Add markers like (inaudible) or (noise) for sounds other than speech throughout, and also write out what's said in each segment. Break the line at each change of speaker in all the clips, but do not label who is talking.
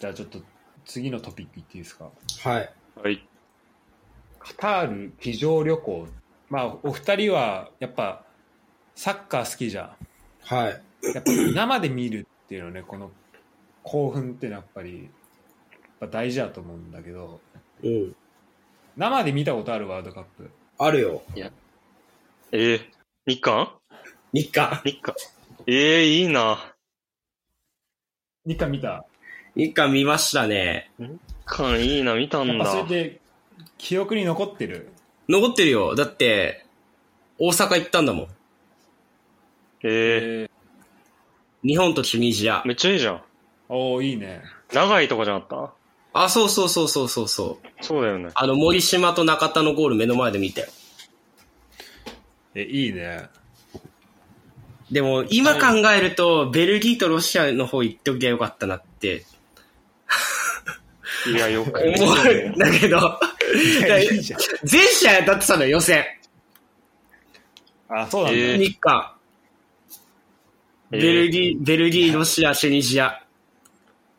じゃあちょっと次のトピックいっていいですか。
はい。
はい。
カタール非常旅行。まあ、お二人はやっぱサッカー好きじゃん。
はい。
やっぱ生で見るっていうのね、この興奮っていうのはやっぱり、やっぱ大事だと思うんだけど、
うん。
生で見たことあるワールドカップ。
あるよ。
えー、日韓
日韓。
日韓。ええー、いいな。
日韓見た。
日韓見ましたね。
日韓いいな、見
や
たん
っぱ
だ。
それで記憶に残ってる。
残ってるよ。だって、大阪行ったんだもん。
ええ
日本とチュニジア
ー、。めっちゃいいじゃん。
おおいいね。
長いとかじゃなかっ
あ、そうそうそうそうそうそう。
たそうだよね。
あの、森島と中田のゴール目の前で見たよ。
え、いいね。
でも、今考えると、ベルギーとロシアの方行っときゃよかったなって、 (laughs)
いや、よく
思
見てる
う
ね
(laughs) んだけど、
いいじゃん。
(laughs) 全試合当たってたのよ、予選。
あ、そうなんだ。
えー
日韓。
えー
ベルギー、ベルギー、ロシア、チュニジア。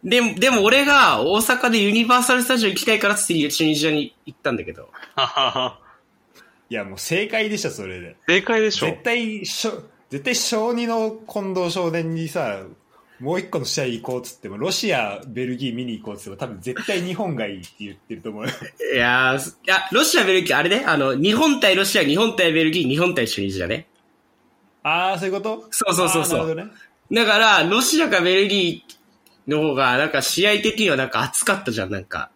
で、でも俺が大阪でユニバーサルスタジオ行きたいからっつってチュニジアに行ったんだけど。
ははは。
いや、もう正解でした、それで。
正解でしょ
絶。対、しょ絶対小2の近藤少年にさ、もう一個の試合行こうっつっても、ロシア、ベルギー見に行こうっつっても、多分絶対日本がいいって言ってると思う。 (laughs)
いやー、すいや、ロシア、ベルギー、あれね、あの、日本対ロシア、日本対ベルギー、日本対チュニジアね。
ああ、そういうこと
そうそうそうそう
あーなるほどね。
だから、ロシアかベルギーの方が、なんか試合的にはなんか熱かったじゃん、なんか。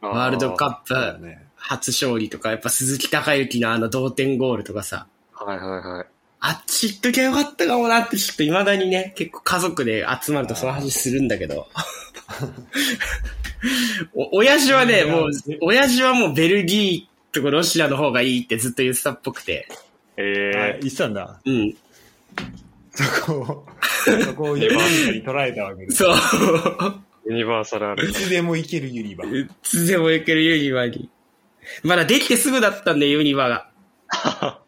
ワールドカ
そうだ
ップ
ね。
初勝利とか、やっぱ鈴木孝之のあの同点ゴールとかさ。
プ。はいはいはい。
あっち行っときゃよかったかもなって、ちょっと未だにね、結構家族で集まるとその話するんだけ (laughs) ど。お、親父はね、
いや
もう
ぜ、
親父はもうベルギーとかロシアの方がいいってずっと言ってたっぽくて。
あ
え
言ってたんだ。
うん。
そこを、そ
(laughs)
こをユニバに捉えたわけです。
そう。
ー、ユニバーサルある
い。つでも行けるユニバ。
(laughs) いつでも行けるユニバに。まだできてすぐだったんで、ユニバが。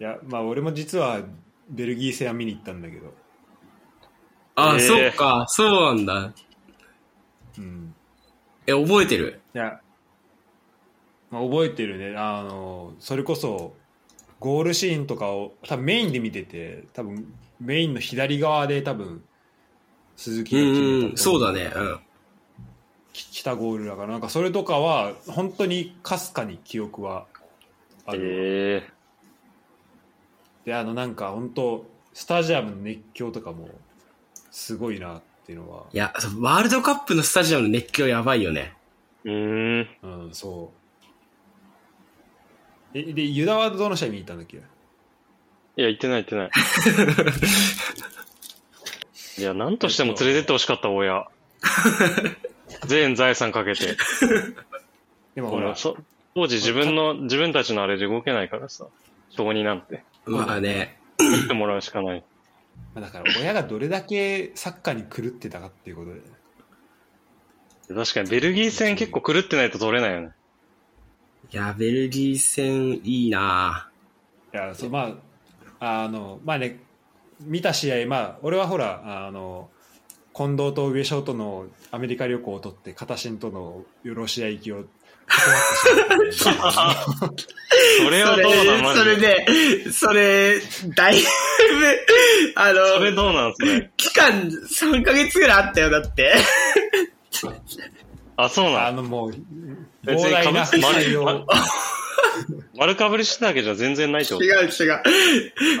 いや、まあ俺も実はベルギー戦は見に行ったんだけど、
あ、
えー
そっか、そうなんだ。
うん。
え、覚えてる
いや、まあ、覚えてるね。あの、それこそ、ゴールシーンとかを多分メインで見てて、多分メインの左側で多分鈴木
う
が決めたと思
ん、そうだね。うん。、
き来たゴールだからなんかそれとかは本当にかすかに記憶はある、
ええ
であのなんか本当スタジアムの熱狂とかもすごいなっていうのはい
や、そうワールドカップのスタジアムの熱狂やばいよね。
ー。うーん。
うん、そうえでユダはどの試合見に行ったんだっけ
いや、行ってない行っ
(laughs)
てない。いや、なんとしても連れてってほしかっ
(laughs)
た、親。全財産かけて。
でもほ
ほ
ら
ら、そ当時自分の、自分たちのあれで動けないからさ。小児なん (laughs) て。
まあね。
食ってもらうしかない。
まあだから親がどれだけサッカーに狂ってたかっていうことで
確かに、ベルギー戦結構狂ってないと取れないよね。
いや、ベルギー戦いいない
やそうまああのまあね見た試合まあ俺はほらあの近藤と上翔とのアメリカ旅行を取って片新とのロシア行きを断ってしまったんで
それはどうなんマジ
それ
で。
で、それ、だいぶ、あ
それ
の、
どうなんそ (laughs) れ。
期間3ヶ月ぐらいあったよ、だって。
あ、そう
あ
なん
のもう
別
膨
に
大
かぶ
な
って
費用
丸丸かぶりしてたわけじゃ全然ないってこ
違
と
う違う。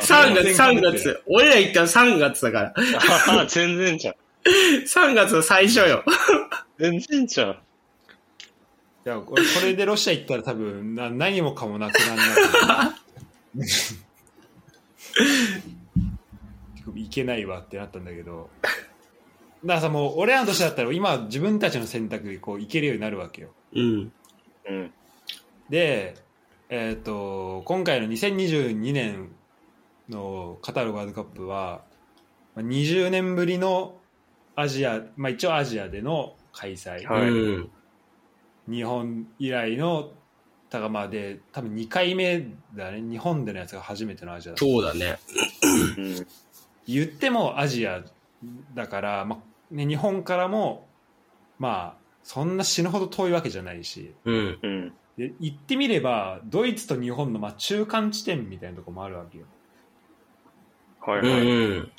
3月、3月。俺ら行ったの3月だから。
ああ全然じゃん。
3月の最初よ。
全然じゃん。
いやこれこれでロシア行ったら多分な何もかもなくなるないけないわってなったんだけどだからさもう俺らの年だったら今自分たちの選択でこう行けるようになるわけよ
うん。
うん。
で、えー、と今回の2022年のカタールワールドカップはまあ20年ぶりのアジア、まあ、一応アジアでの開催、
はい
うん。
日本以来の高まあで多分2回目だね日本でのやつが初めてのアジアだ
そうだね。
うん。
言ってもアジアだから、まあね、日本からも、まあ、そんな死ぬほど遠いわけじゃないし、
うん。
うん。
で言ってみれば、ドイツと日本のまあ中間地点みたいなとこもあるわけよ。
はい
うん
はい。
うん。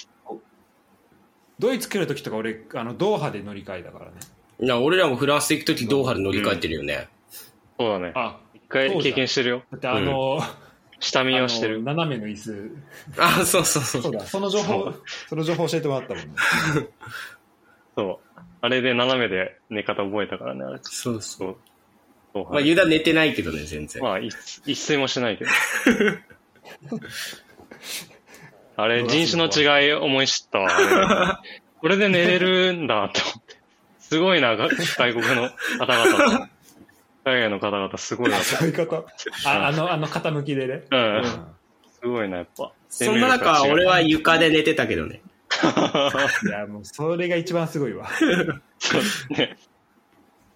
ドイツ来る時とか俺、あの、ドーハで乗り換えだからね。
いや、俺らもフランス行くときドーハで乗り換えてるよね。
そうだね。
あ、
一回経験してるよ。
だってあの、
下見
あ
を
の
してる。
斜めの椅子。
あ、そうそうそう。
そうだ、その情報、その情報教えてもらったもんね。
そう。あれで斜めで寝方覚えたからね、あれ。
そうそう。
そう。そう
まあ、油断寝てないけどね、全然。
まあ、一一睡もしてない
(laughs)
けど。あれ、人種の違い思い知ったわ。あれこれで寝れるんだって思って。すごいな、が外国の方々。海外の方々すごいな。
そういうこと。あ、あの、あの傾きでね。
うん
うん。
すごいな、やっぱ。
そんな中、俺は
生
床で寝てたけどね。
いや、もうそれが一番すごいわ。
命力が違う。そうね。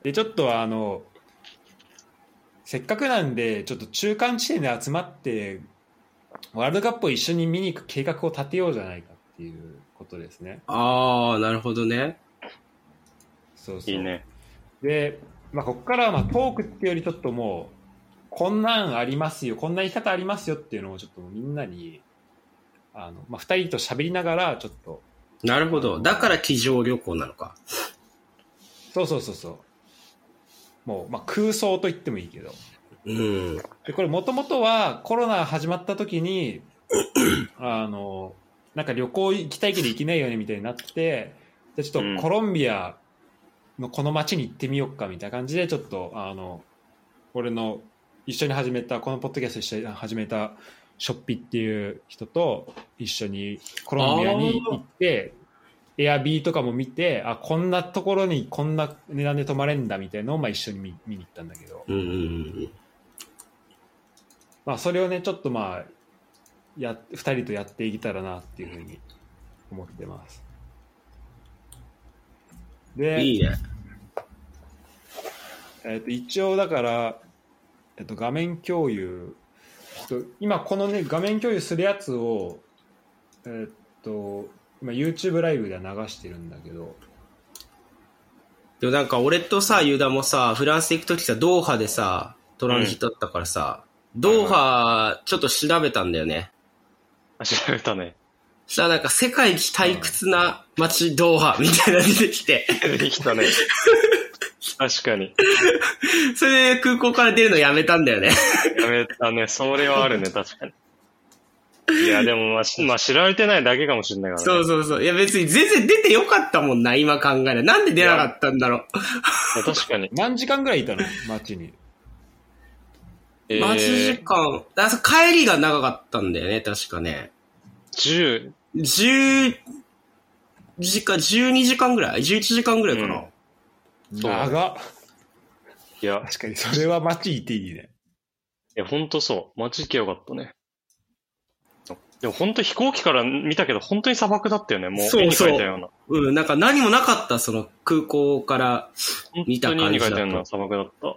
で、ちょっとあの、せっかくなんで、ちょっと中間地点で集まって、ワールドカップを一緒に見に行く計画を立てようじゃないかっていうことですね。
ああ、なるほどね。
そうそう。
いいね。
で、まあ、ここからはまあトークっていうよりちょっともう、こんなんありますよ、こんな生き方ありますよっていうのをちょっとみんなに、あの、まあ、二人と喋りながら、ちょっと、
なるほど。だから、机上旅行なのか。
そうそうそうそう。もう、まあ、空想と言ってもいいけど。
うん。
で、これもともとはコロナ始まった時に、あの、なんか旅行行きたいけど行けないよねみたいになって、じゃあちょっとコロンビアのこの街に行ってみようかみたいな感じで、ちょっと、あの、俺の一緒に始めた、このポッドキャスト一緒に始めたショッピっていう人と一緒にコロンビアに行って、エアビーとかも見て、あ、こんなところにこんな値段で泊まれんだみたいなのをまあ一緒に見見に行ったんだけど。
うんうんうん。
まあ、それをねちょっとまあや2人とやっていけたらなっていうふうに思ってますで
いいね。
えっと一応だから、えっと画面共有ちょっと今このね画面共有するやつをえっと今 YouTube ライブでは流してるんだけど
でもなんか、俺とさ、ユダもさ、フランス行くときさ、ドーハでさ、トランジットだったからさ、ドーハ、ちょっと調べたんだよね。
あ調べたね。
そしたらなんか、世界一退屈な街、ドーハ、みたいなの出てきて、 (laughs)
できたね。確かに。
それで空港から出るのやめたんだよね。
やめたね。それはあるね、確かに。いや、でも、まあ、しまあ、知られてないだけかもしれないからね。
そうそうそう。いや別に全然出てよかったもんな、今考えればなんで出なかったんだろう。
まあ確かに。
何時間ぐらいい
(laughs)
たの街に
え
待ち時
ー、
間、あそう帰りが長かったんだよね、確かね。
10、
10時間、12時間ぐらい ?11 時間ぐらいかな。
うんそう
長っ
いや、
確かにそれは街いていいね
いや、ほんとそう。街行けよかったね。でも本当飛行機から見たけど、本当に砂漠だったよね。もう
そう
絵に
そう
描いたような。
うん、なんか何もなかった、その空港から。
本
見た
当
感
に
じ
絵に描いたよう
だ
な
と
砂漠だった。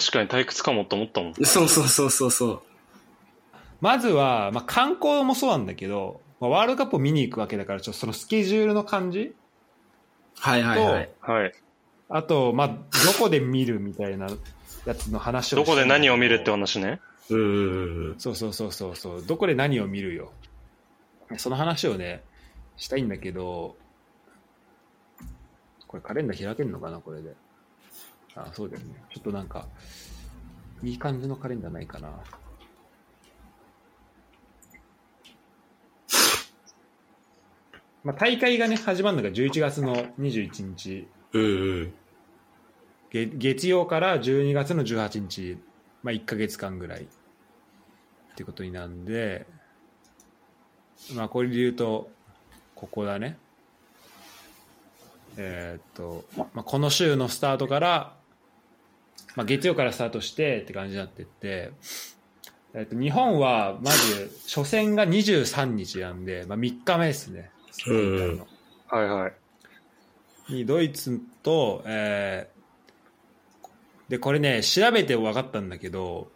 確かに退屈かもと思ったもん。
そうそうそうそうそう。
まずは、まあ、観光もそうなんだけど、まあ、ワールドカップを見に行くわけだから、ちょっとそのスケジュールの感じ
はいはいはい。
はい。
あと、まあ、どこで見るみたいなやつの話を
どこで何を見るって
話
話ね。
うんうんうん。
そうそうそうそうそう、どこで何を見るよ。その話をね、したいんだけど、これカレンダー開けるのかな、これで。あ、そうだよね。ちょっとなんか、いい感じのカレンダーないかな。まあ、大会がね、始まるのが11月の21日
うんうん。
げ月曜から12月の18日、まあ、1ヶ月間ぐらいってことになるんで、まあ、これで言うと、ここだね。えーっと、まあ、この週のスタートから、まあ、月曜からスタートしてって感じになってって、えーっと日本はまず初戦が23日なんで、まあ、3日目ですね。
うんうん
の
はいはい。
にドイツと、えーでこれね調べて分かったんだけど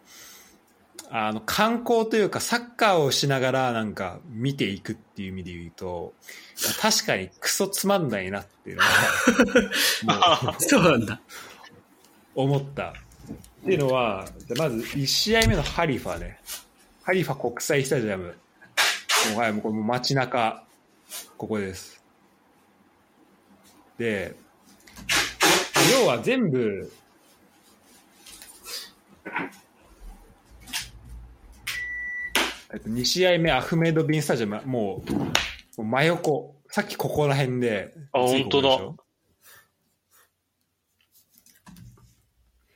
あの観光というかサッカーをしながらなんか見ていくっていう意味で言うといや確かにクソつまんないなっていうのはもう
そうなんだ。
思ったっていうのはじゃあまず1試合目のハリファねハリファ国際スタジアムもうはいもうこれもう街中ここですで要は全部えっと2試合目アフメド・ビンスタジアムもうもう真横さっきここら辺で
あ本当だ
次ここでしょ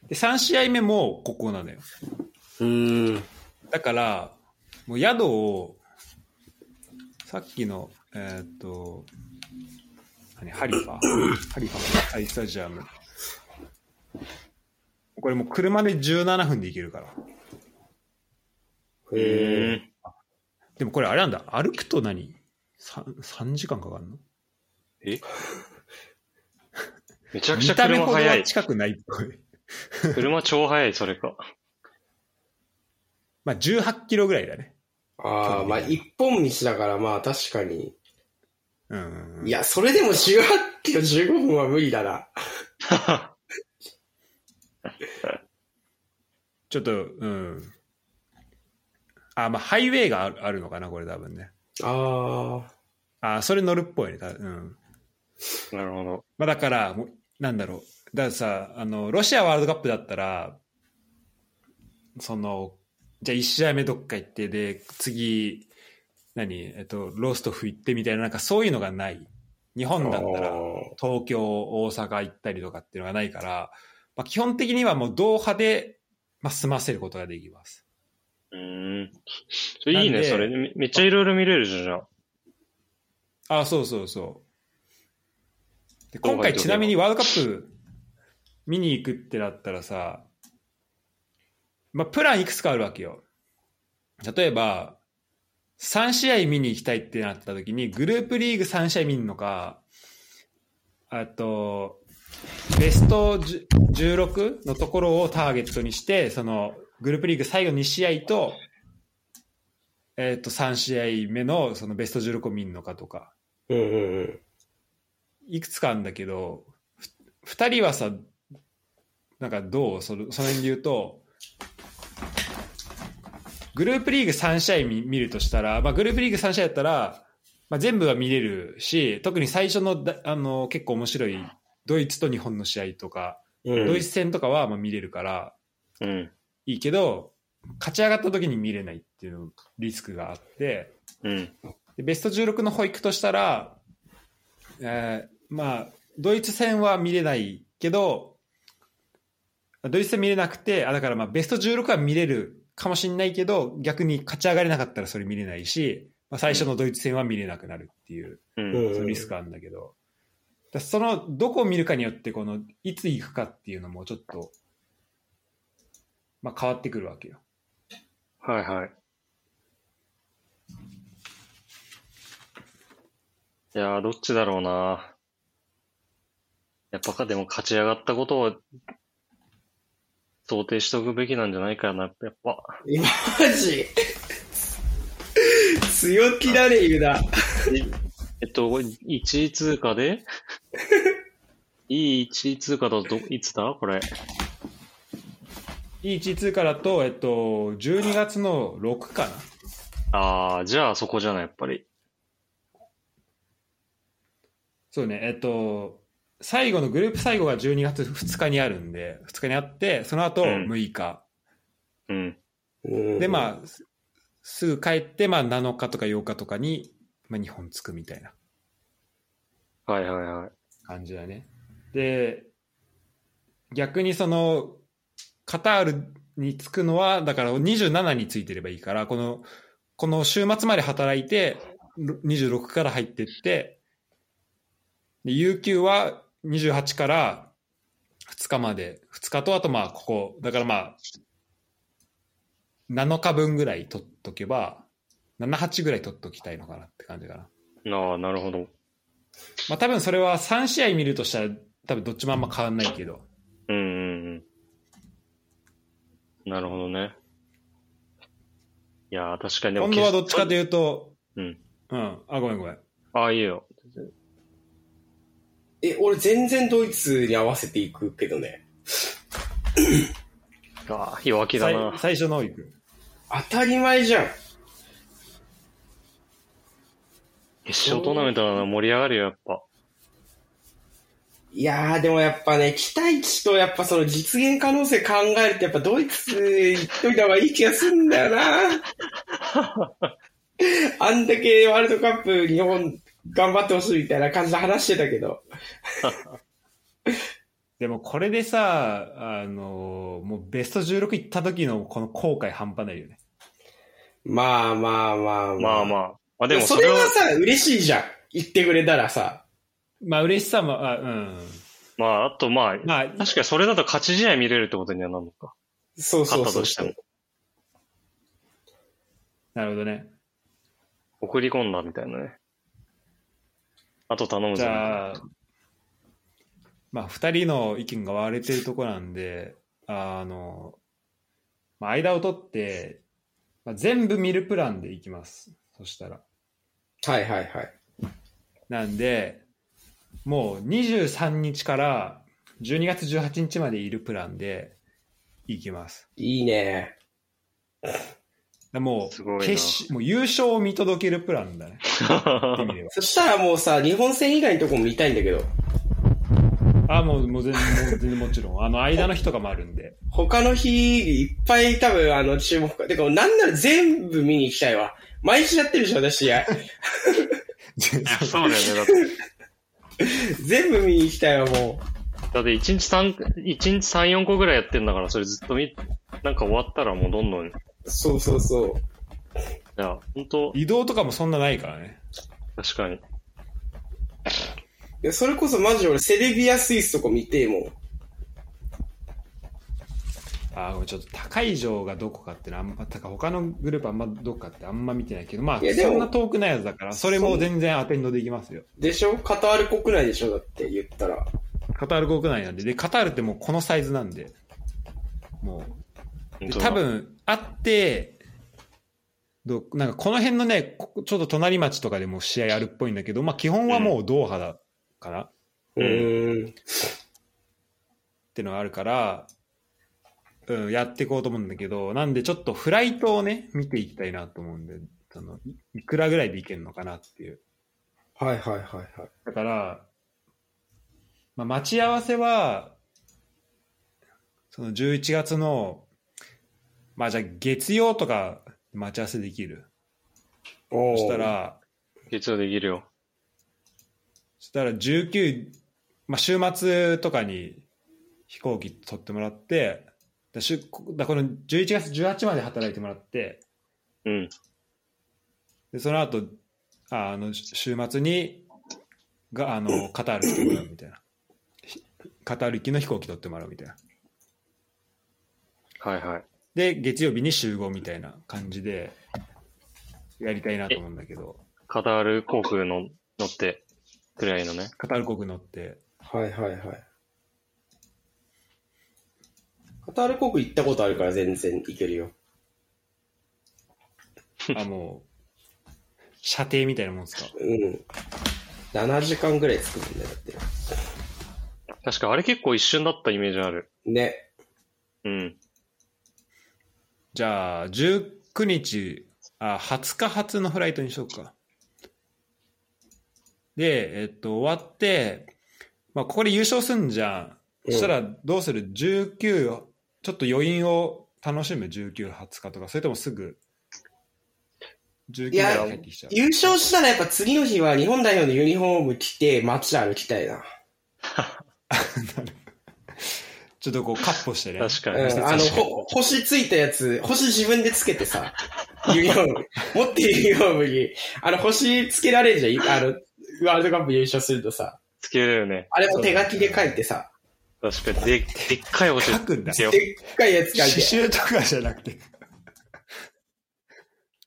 で3試合目もここなのよ
うーん。
だから、もう宿を、さっきの、えーっと、何、ハリファ、
(coughs)
ハリファ国際スタジアム。これもう車で17分で行けるから。
へえ。
え。
でもこれあれなんだ、歩くと何 3, 3時間かかるの
えめちゃくちゃ
見た目
車
ほど
速。
はい近くないっぽい。
車超速い、それか。
まあ18キロぐらいだね。
ああ、まあ一本道だからまあ確かに。
うんうんうん。
いや、それでも18キロ15分は無理だな。
ちょっと、うん。あ、まあハイウェイがあるあるのかな、これ多分ね。
ああ。
あ、それ乗るっぽいね、多分うん。
なるほど。
まあ、だから、もうなんだろう。だからさ、あの、ロシアワールドカップだったら、その、じゃあ1試合目どっか行って、で、次、何、えっと、ローストフ行ってみたいな、なんかそういうのがない。日本だったら
あ、
東京、大阪行ったりとかっていうのがないから、まあ、基本的にはもうドーハで、まあ、済ませることができます。
うーん。それいい
なん
ね、
で
それ。めめっちゃいろいろ見れるじゃん。
あ、そうそうそう。で
ドーハ
今回
行っと
ち
けば
なみにワールドカップ見に行くってなったらさ、まあ、プランいくつかあるわけよ。例えば、3試合見に行きたいってなった時に、グループリーグ3試合見るのか、あと、ベスト10 16のところをターゲットにして、そのグループリーグ最後2試合と、えっ、と、3試合目のそのベスト16を見るのかとか。
うんうんうん。
いくつかあるんだけどふ2人はさなんかどうそのその辺で言うとグループリーグ3試合見見るとしたら、まあ、グループリーグ3試合だったら、まあ、全部は見れるし特に最初のだあの結構面白いドイツと日本の試合とか
うん
ドイツ戦とかはまあ見れるから
うん。
いいけど勝ち上がった時に見れないっていうリスクがあって。
うん。
でベスト16の保育としたら、えーまあ、ドイツ戦は見れないけど、ドイツ戦見れなくて、あだからまあベスト16は見れるかもしれないけど、逆に勝ち上がれなかったらそれ見れないし、まあ、最初のドイツ戦は見れなくなるっていう、
うん。
そのリスクあるんだけど、だそのどこを見るかによって、このいつ行くかっていうのもちょっと、まあ、変わってくるわけよ。
はいはい。いやー、どっちだろうな。やっぱか、でも勝ち上がったことを想定しておくべきなんじゃないかな。やっぱ、 (laughs)
マジ (laughs) 強気だね、ユダ。
えっと、1位通過 (laughs) でいい1位通過だとど、いつだこれ。
1位通過だと、えっと、12月の6かな。
ああ、じゃあそこじゃない、やっぱり。
そうね、えっと、最後のグループ最後が12月2日にあるんで、2日にあって、その後
うん
6日。
うん。
で、
であ、
まあ、すすぐ帰って、まあ7日とか8日とかに、まあ日本着くみたいな
はいはいはい。
感じだね。で、逆にその、カタールに着くのは、だから27に着いてればいいから、この、この週末まで働いて、ろ26から入ってって、で、有給は28から2日まで、2日とあとまあここ、だからまあ、7日分ぐらい取っとけば、7、8ぐらい取っときたいのかなって感じかな。
ああ、なるほど。
まあ多分それは3試合見るとしたら、多分どっちもあんま変わんないけど。
うんうんうん。なるほどね。いやー、確かにでも
今度はどっちかというと、
うん。
うん。あ、ごめんごめん。
ああ、いいよ。
え、俺全然ドイツに合わせていくけどね。
ああ、弱気だ
最
な。
最初の行く。
当たり前じゃん。
決勝トーナメントなの盛り上がるよ、やっぱ。
いやー、でもやっぱね、期待値とやっぱその実現可能性考えると、やっぱドイツ行っといた方がいい気がするんだよ
(laughs)
な。あんだけワールドカップ日本頑張ってほしいみたいな感じで話してたけど。
でもこれでさ、あのーもうベスト16行った時のこの後悔半端ないよね。
まあまあまあ
まあまあ。まあでも
そ
そ
れ
れは
は、さ、嬉しいじゃん。言ってくれたらさ。
まあ嬉しさも、あうん。
まあ、あとまあ、
まあ、
確かにそれだと勝ち試合見れるってことにはなるのか。
そうそ
勝
う
った
そう
としても。
なるほどね。
送り込んだみたいなね。あと頼む
じ
ぞ。
ゃあ、まあ、2人の意見が割れてるとこなんで、あの、まあ、間を取って、まあ、全部見るプランでいきます。そしたら。
はいはいはい。
なんで、もう23日から12月18日までいるプランでいきます。
いいね。
も
すごいうな
決し、もう優勝を見届けるプランだね。言ってみれば
そしたらもうさ、日本戦以外のとこも見たいんだけど、
あ、もう、もう全然、もう全然もちろん。あの、間の日とかもあるんで。 (laughs)
他の日、いっぱい多分あの注目か。てか、なんなら全部見に行きたいわ。毎日やってるでしょ、私試合。
(laughs)
(laughs)
そうだよね。だって、
全部見に行きたいわ、も。
だって1日3、一日三4個ぐらいやってんだから、それずっと見、なんか終わったらもうどんどん、いう
そうそうそう。
や、本当
移動とかもそんなないからね。
確かに。
いや、それこそマジで俺、セルビア、スイスとか見てえもん。
あーちょっと高い城がどこかってのはあんま、たか他のグループあんまどこかってあんま見てないけど、まあ、
いやでも
そんな遠くないやつだから、それも全然アテンドできますよ。
でしょカタール国内でしょだって言ったら。
カタール国内なんで、で、カタールってもうこのサイズなんで、もう、
本
で
当だ
多。分、あって、どなんかこの辺のね、ここちょっと隣町とかでも試合あるっぽいんだけど、まあ基本はもうドーハだから、っ
う
うん
ーん。
てのがあるから、うん、やっていこうと思うんだけど、なんでちょっとフライトをね、見ていきたいなと思うんで、その、いいくらぐらいでいけるのかなっていう。
はいはいはいはい。
だから、まあ、待ち合わせは、その11月の、まあじゃあ月曜とか待ち合わせできる。
お
そ
ー
した、ら、
月曜できるよ。
そしたら19、まあ週末とかに飛行機取ってもらって、だしゅだこの11月18まで働いてもらって、
うん。
でその後、ああの週末にがあのカタール来てもらうみたいな。ひカタール行きの飛行機取ってもらうみたいな。
はいはい。
で、月曜日に集合みたいな感じで、やりたいなと思うんだけど、
カタール航空の乗って、くらいのね。
カタール国乗って、
はいはいはい。カタール国行ったことあるから全然行けるよ。
あ、もう、射程みたいなもんですか。
うん。7時間ぐらい作るんだよ、だって。
確かあれ結構一瞬だったイメージある。
ね。
うん。
じゃあ、19日、あ、20日発のフライトにしようか。で、えっと、終わって、まあ、ここで優勝すんじゃん。そしたら、どうする ?19、ちょっと余韻を楽しむ19、20日とか、それともすぐ、19
いや
から帰ってきちゃう。
優勝したらやっぱ次の日は日本代表のユニフォーム着て街歩きたいな。
ちょっとこう、カッポしてね。
確か
う
に。
ん、あの、ほ、星ついたやつ、星自分でつけてさ、ユニフォーム、持ってるユニフォームに、あの、星つけられるじゃん。あの、ワールドカップ優勝するとさ、
つけるよね。
あれも手書きで書いてさ、
確かに。で、でっかい
(laughs)
星
書くんだ
つけよう
でっかいやつ書い
刺
て。
繍とかじゃなくて。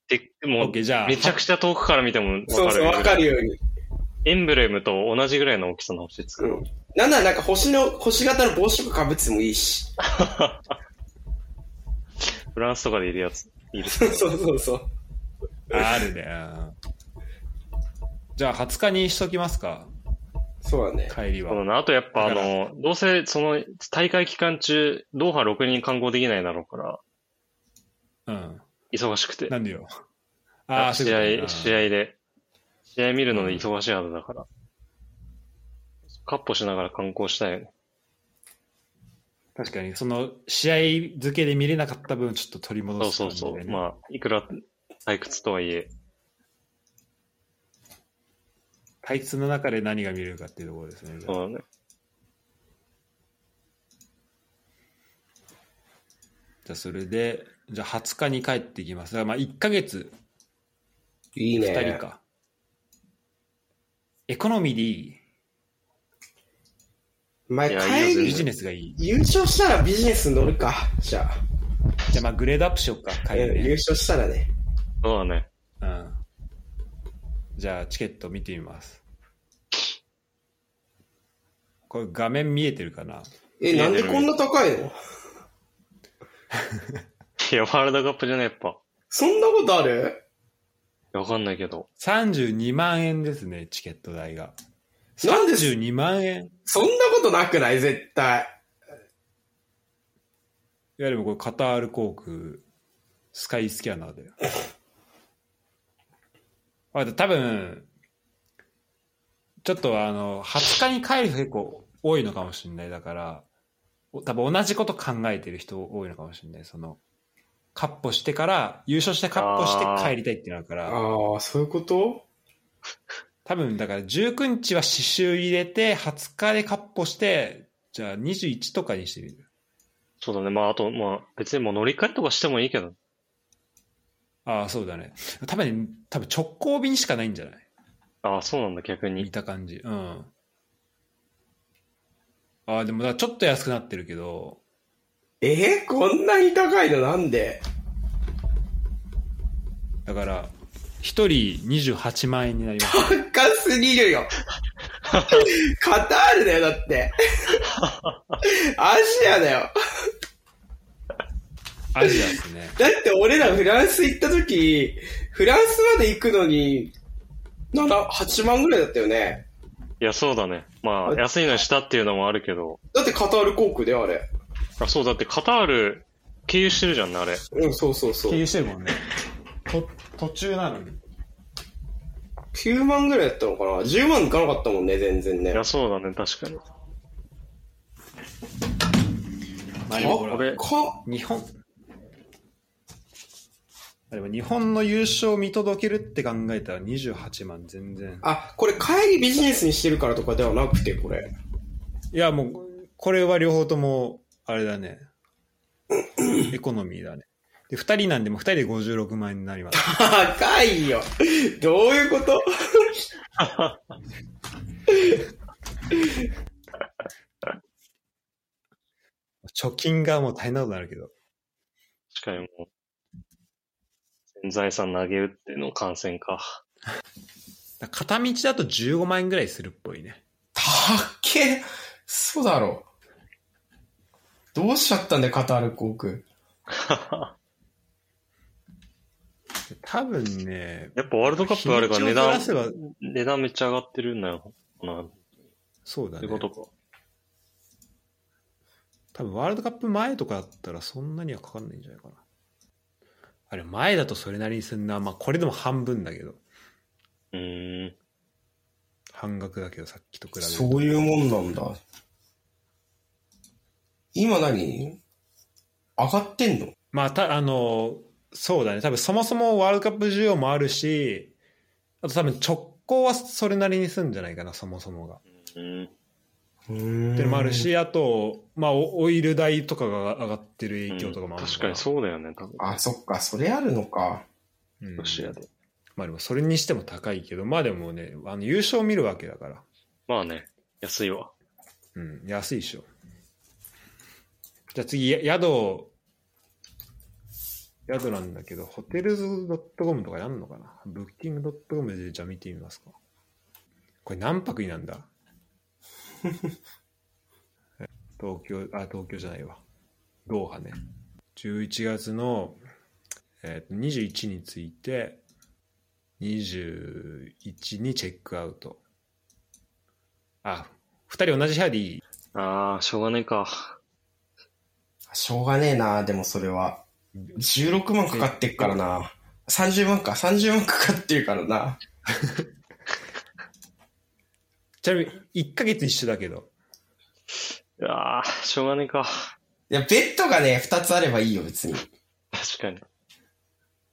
で、
オ
も
ッ
う
ケー、じゃあ、
めちゃくちゃ遠くから見ても
そ
わ
う
か
そう、
る。
わかるように。
エンブレムと同じぐらいの大きさの星作
う
ろ
ん。なんならなんか星の、星型の帽子とか被っててもいいし。
フランスとかでいるやつ。い
(laughs) (laughs)
る。
そうそうそう。
あるね。うんじゃあ20日にしときますか、
そうだね。
帰り
そうだ
は。
な。あとやっぱあ
だから
の、どうせその大会期間中、ドーハ6人観光できないだろうか
う
ら、
ん。
忙しくて。
なんでよ。ああ、
試合、試
合。
合で。試合見るので忙しいはずだから。カッポしながら観光したいよね。
確かに、その試合付けで見れなかった分、ちょっと取り
そ
戻
う
す
そ
感
う
じで、
そ
ね。
う。まあ、いくら退屈とはいえ。
退屈の中で何が見れるかっていうところですね。じゃあ
そうだね。
じゃあそれで、じゃあ20日に帰ってきます。だからまあ1ヶ月、
いいね。
2人か。エコノミーでいい。
お前
いやい
帰
いよ
り
ビジネスがいい。
優勝したらビジネスに乗るか。じゃ
じゃあまあグレードアップしよっか、
あ、
帰り
うん優
ね。
勝したらね。
そうだね。
うん。じゃあチケット見てみます。これ画面見えてるかな
え、なんでこんな高いの
いや、ワールドカップじゃねえやっぱ。
そんなことある
わかんないけど。
?32 万円ですね、チケット代が。
なんで
32万円
そんなことなくない絶対。
いやでもこれカタール航空スカイスキャナーだよ。あと多分、ちょっとあの、20日に帰る人結構多いのかもしれない。だから、お多分同じこと考えてる人多いのかもしれない。その、カッポしてから、優勝してカッポして帰りたいってなるか
あ
ら、
あ、そういうこと
多分だから19日は刺繍入れて、20日でカッポして、じゃあ21とかにしてみる。
そうだね。まあ、あと、まあ、別にもう乗り換えとかしてもいいけど。
ああ、そうだね。多分、多分直行便しかないんじゃない
ああ、そうなんだ、逆
見
に。
た感じ。うん。ああ、でもだからちょっと安くなってるけど、
えーこんなに高いのなんで
だから、一人28万円になります。
高すぎるよ。カタールだよ、だって。アジアだよ。
アジアですね。
だって俺らフランス行った時、フランスまで行くのに、7、8万ぐらいだったよね。
いや、そうだね。まあ、安いのにしたっていうのもあるけど。
だってカタール航空だよ、あれ。
あ、そう、だってカタール経由してるじゃんね、あれ。
うん、そうそうそう。
してるもんね。と、途中なのに。
9万ぐらいだったのかな ?10 万いかなかったもんね、全然ね
い。や、そうだね、確かに。
まあでもほ
あ
ら
俺、
か、
日本、あでも日本の優勝を見届けるって考えたら28万全然。
あ、これ帰りビジネスにしてるからとかではなくて、これ。 (laughs)
いやもう、これは両方とも、あれだね。 (coughs) エコノミーだね。で、二人なんでも二人で56万円にな
(laughs)
ります。
高いよ。どういうこと
貯金がもう大変なことになるけど。
確かにもう、全財産投げ打っての感染か。
だ片道だと15万円ぐらいするっぽいね。
たっけそうだろう。どうしちゃったんだよ、カタール航空。
で多分ね、
やっぱワールドカップあれか
日
ら
にち
値
をずらせ
段、
ば
値段めっちゃ上がってるんだよ。なっ
そうだ
て
ね。
ことか。
多分ワールドカップ前とかだったらそんなにはかかんないんじゃないかな。あれ、前だとそれなりにすんな。まあ、これでも半分だけど。
うーん。
半額だけど、さっきと比べると。
そういうもんなんだ。今何上がってんの
まあ、た、あの、そうだね。多分そもそもワールドカップ需要もあるし、あと多分直行はそれなりにすんじゃないかな、そもそもが。
うん。
っていうのもある。し、あと、まあ、オオイル代とかが上がってる影響とかもあるの
確かにそうだよね、多分。
あ、そっか、それあるのか。
うん
ロシアで。
まあでも、それにしても高いけど、まあでもね、あの優勝見るわけだから、
まあね、安いわ。
うん、安いでしょ。じゃあ次、や宿を、宿なんだけど、ホテルズ .com とかやんのかなブッキング .com でじゃあ見てみますか。これ何泊になんだ (laughs) え東京、あ、東京じゃないわ。ドーハね。11月の、えー、21について、21にチェックアウト。あ、2人同じ部屋でいい。
ああ、しょうがないか。
しょうがねえな、でもそれは。16万かかってっからな。30万か、30万かかってるからな。
ちなみに、1ヶ月一緒だけど。
ああ、しょうがないか。
いや、ベッドがね、2つあればいいよ、別に。
確かに。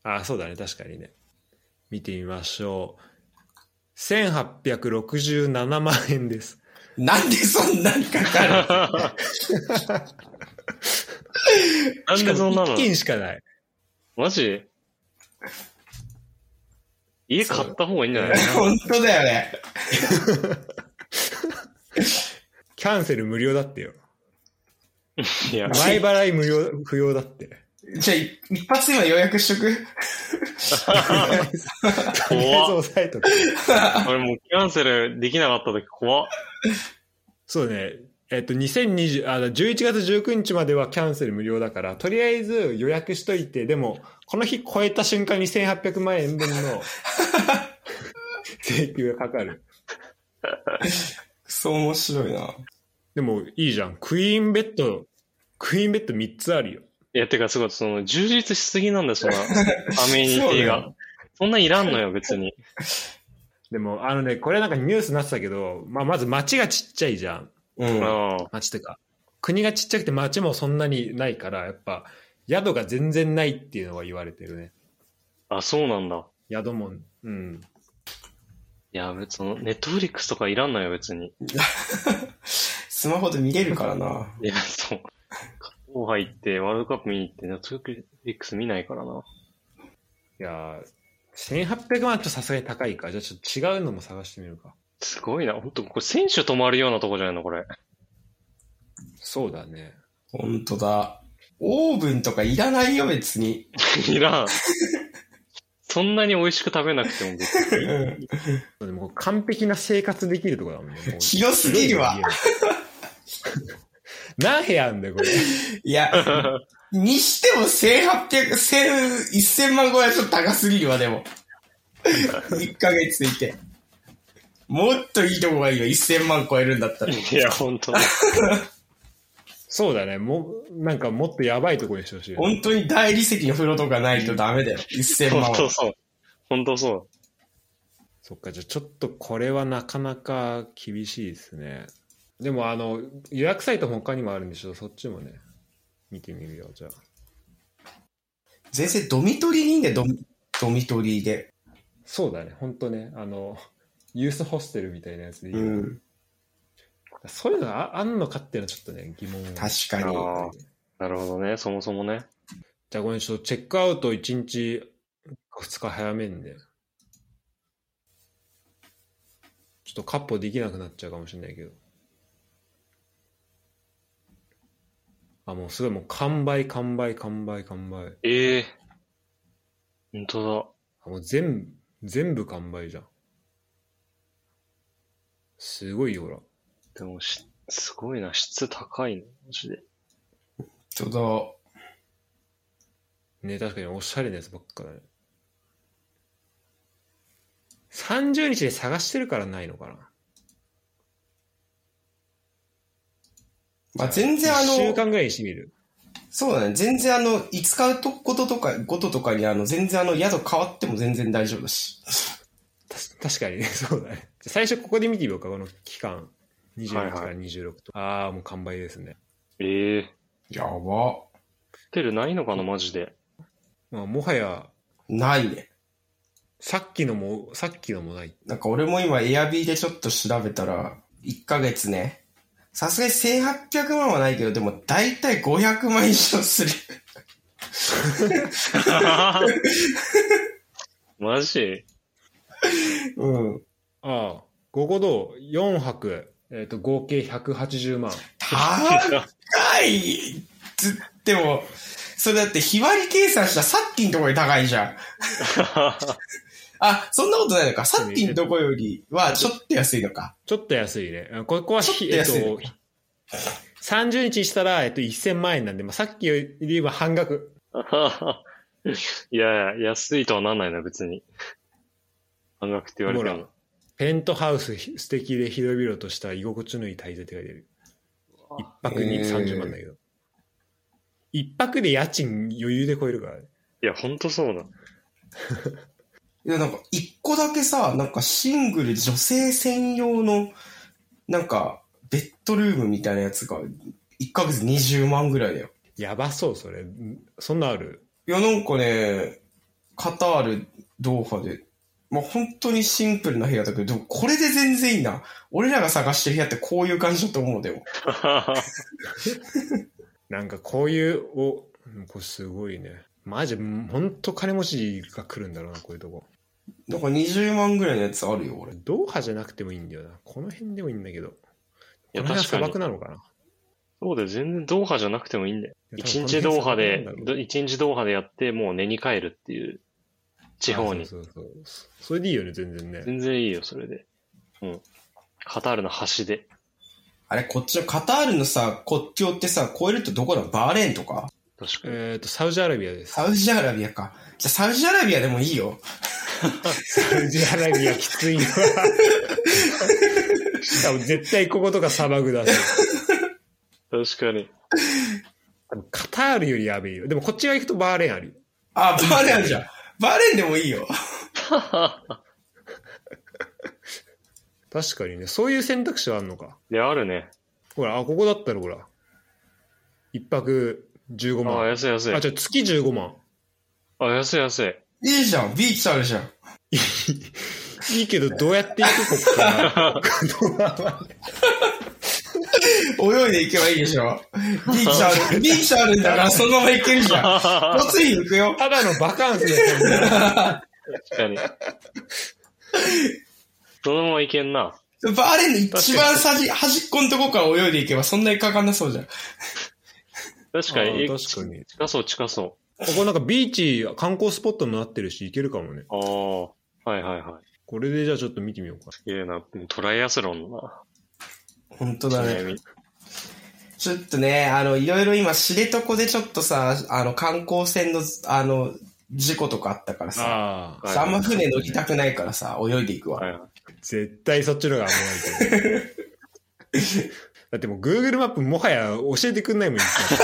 あ、そうだね、確かにね。見てみましょう。1867万円です。
なんでそんなにかかる
なんでそんな
しか
の
も一軒しかない。
マジ家買った方がいいんじゃない (laughs)
本当だよね。
キャンセル無料だってよ。
いや、
前払い無料、不要だって。
じゃあ、い一発今予約しとく
とりあえず押さえとく。
俺もうキャンセルできなかった時怖っ。
そうね。えっと、2020、あの、11月19日まではキャンセル無料だから、とりあえず予約しといて、でも、この日超えた瞬間に1800万円分
(laughs)
の請求がかかる。
そう面白いな。
でも、いいじゃん。クイーンベッド、クイーンベッド3つあるよ。
いや、てかすごい、その、充実しすぎなんだ
(laughs)
よ、その、アメニテ
そうだ
ィが
よ。
そんなんいらんのよ、別に。
でも、あのね、これなんかニュースになってたけど、まあ、まず街がちっちゃいじゃん。
(laughs) うん。
うん。
街ってか。国がちっちゃくて街もそんなにないから、やっぱ、宿が全然ないっていうのは言われてるね。
あ、そうなんだ。
宿も、うん。
いや、別に、ネットフリックスとかいらんのよ、別に。
スマホで見れるからな。
いや、そう。後輩行って、ワールドカップ見に行って、ネットフリックス見ないからな。
いやー、1800万はちょっとさすがに高いか。じゃあちょっと違うのも探してみるか。
すごいな。ほんと、これ選手泊まるようなとこじゃないの、これ。 (laughs)
そうだね。
本当だ。オーブンとかいらないよ、別に。
いらん。そんなに美味しく食べなくても別に。
うん
でも完璧な生活できるとこ
(laughs)
だもんね。もう
広すぎるわ。
(laughs) 何部屋あんだよ、これ。
い
(laughs)
や、にしても1800、1000、1000万超えはちょっと高すぎるわ、でも。1ヶ月いて。もっといいとこがいいよ、1000万超えるんだったら。
いや、
(laughs)
ほんと。
そうだね。もう、なんかもっとやばいとこにしてほしいよね。
本当に大理石の風呂とかないとダメだよ、1000
ほ
万
んと
は。
そう。ほんとそ
そっか、じゃあちょっとこれはなかなか厳しいですね。でもあの、予約サイトも他にもあるんでしょそっちもね。見てみるよ、じゃあ。
全然ドミトリーいいんだよ、ドミドミトリーで。
そうだね、ほんとね。あの、ユースホステルみたいなやつでいいよね、
うん。
そういうのがああんのかっていうのはちょっとね、疑問を
確か
あ
に。
ーう。なるほどね。そもそもね。
じゃあごめん、ちょっとチェックアウト1日、2日早めんで。ちょっとカッポできなくなっちゃうかもしれないけど。あ、もうすごい、もう完売、完売、完売、完売。
ええほんと
あもう全部、全部完売じゃん。すごいよ、ほら。
だ。でもし、すごいな。質高いね。マジで。
ちょうど、
ね確かにおしゃれなやつばっかだね30日で探してるからないのかな
まあ、全然あ
1週
の、
間ぐらいにしてみる
そうだね。全然あの、いつ買うとこととか、こととかにあの、全然あの、宿変わっても全然大丈夫だし。
た確かにね (laughs) そうだねじゃあ最初ここで見てみようかこの期間24
はいはい
から26と、ああもう完売ですね、
ええ
やば。
ホテルないのかな、マ
(laughs)
ジで。
まあ、もはや
ないね。
さっきのもさっきのもない
なんか俺も今、エアビーでちょっと調べたら、1ヶ月ね。さすがに1800万はないけど、でも大体500万以上する。
マジ (laughs)
うん。
ああ午後堂4泊、えっと合計180万
高いつっても、それだって日割り計算したらさっきのとこより高いじ (laughs) ゃん。あ、そんなことないのか。さっきのとこよりはちょっと安いのか。
ちょっと安いね。あここはひ、
ちょっと
えっ
安い
と、30日にしたら、えっと、1000万円なんで、まあ、さっきよりは半額。
いやいや、安いとはなんないな、別に。半額って言われて
ほ
も
ら。ペントハウスひ素敵で広々とした居心地のいい滞在って書いてある。一泊に
へー
30万だけど。一泊で家賃余裕で超えるからね。
いや、ほん
(laughs)
とそうだ。
いや、なんか、一個だけさ、なんかシングル女性専用の、なんか、ベッドルームみたいなやつが、1ヶ月20万ぐらいだよ。
やばそう、それ。んそんなんある
いや、なんかね、カタール、ドーハで、まあ、本当にシンプルな部屋だけど、でもこれで全然いいな。俺らが探してる部屋ってこういう感じだと思う、でも。
なんかこういう、お、うんこれすごいね。マジ、んほんと金持ちが来るんだろうな、こういうとこ。
なんか20万ぐらいのやつあるよ、俺。
ドーハじゃなくてもいいんだよな。この辺でもいいんだけど。こ
いや、
の辺は
確
砂
かに
漠。なのかな。
そうだよ、全然ドーハじゃなくてもいいんだよ。
いや
一日ドーハで
多分この辺砂漠なんだろう、
ど一日ドーハでやって、もう寝に帰るっていう、地方
あ
に。
そうそうそう。そそれでいいよね、全然ね。
全然いいよ、それで。うん。カタールの橋で。
あれ、こっちのカタールのさ、国境ってさ、越えるとどこだバーレーンとか
確かに。
えっ、と、サウジアラビアです。
サウジアラビアか。じゃあ、サウジアラビアでもいいよ。
サウジアラビアきついわ。しかも絶対こことか砂漠だし。
確かに。
カタールよりやべえよ。でもこっち側行くとバーレーンあるよ。
あ、バーレーンあるじゃん。バーレーンでもいいよ。
確かにね、そういう選択肢はあるのか。
で、あるね。
ほら、あ、ここだったらほら。一泊15
あ、
万。
安い安い
あ、。じゃ月15万。
あ、安い安い。
いいじゃん。ビーチあるじゃん。
いいけど、どうやって行くこっから。
泳いで行けばいいでしょ。ビーチある。ビーチあるんだから、そのまま行けるじ
(laughs)
ゃん。交通費行くよ。
ただのバカンスですよ、ね。(laughs)
確かに。そのままいけんな。
バーレーンの一番端端っこのとこから泳いで行けば、そんなにかかんなそうじゃん。
確かに。
あー確かに
近そう、近そ
ここなんかビーチ観光スポットになってるし、行けるかもね。
う。ああ。はいはいはい。
これでじゃあちょっと見てみようか。
すげえな。もうトライアスロンのな。
本当だね。
み
ちょっとね、あの、いろいろ今、知床でちょっとさ、あの、観光船の、あの、事故とかあったからさ、
あ
あ
あんま船乗りたくないからさ、泳いでいくわ。
はいはい
絶対そっちの方が危ないと思うだってもう Google マップもはや教えてくんないもん。いつも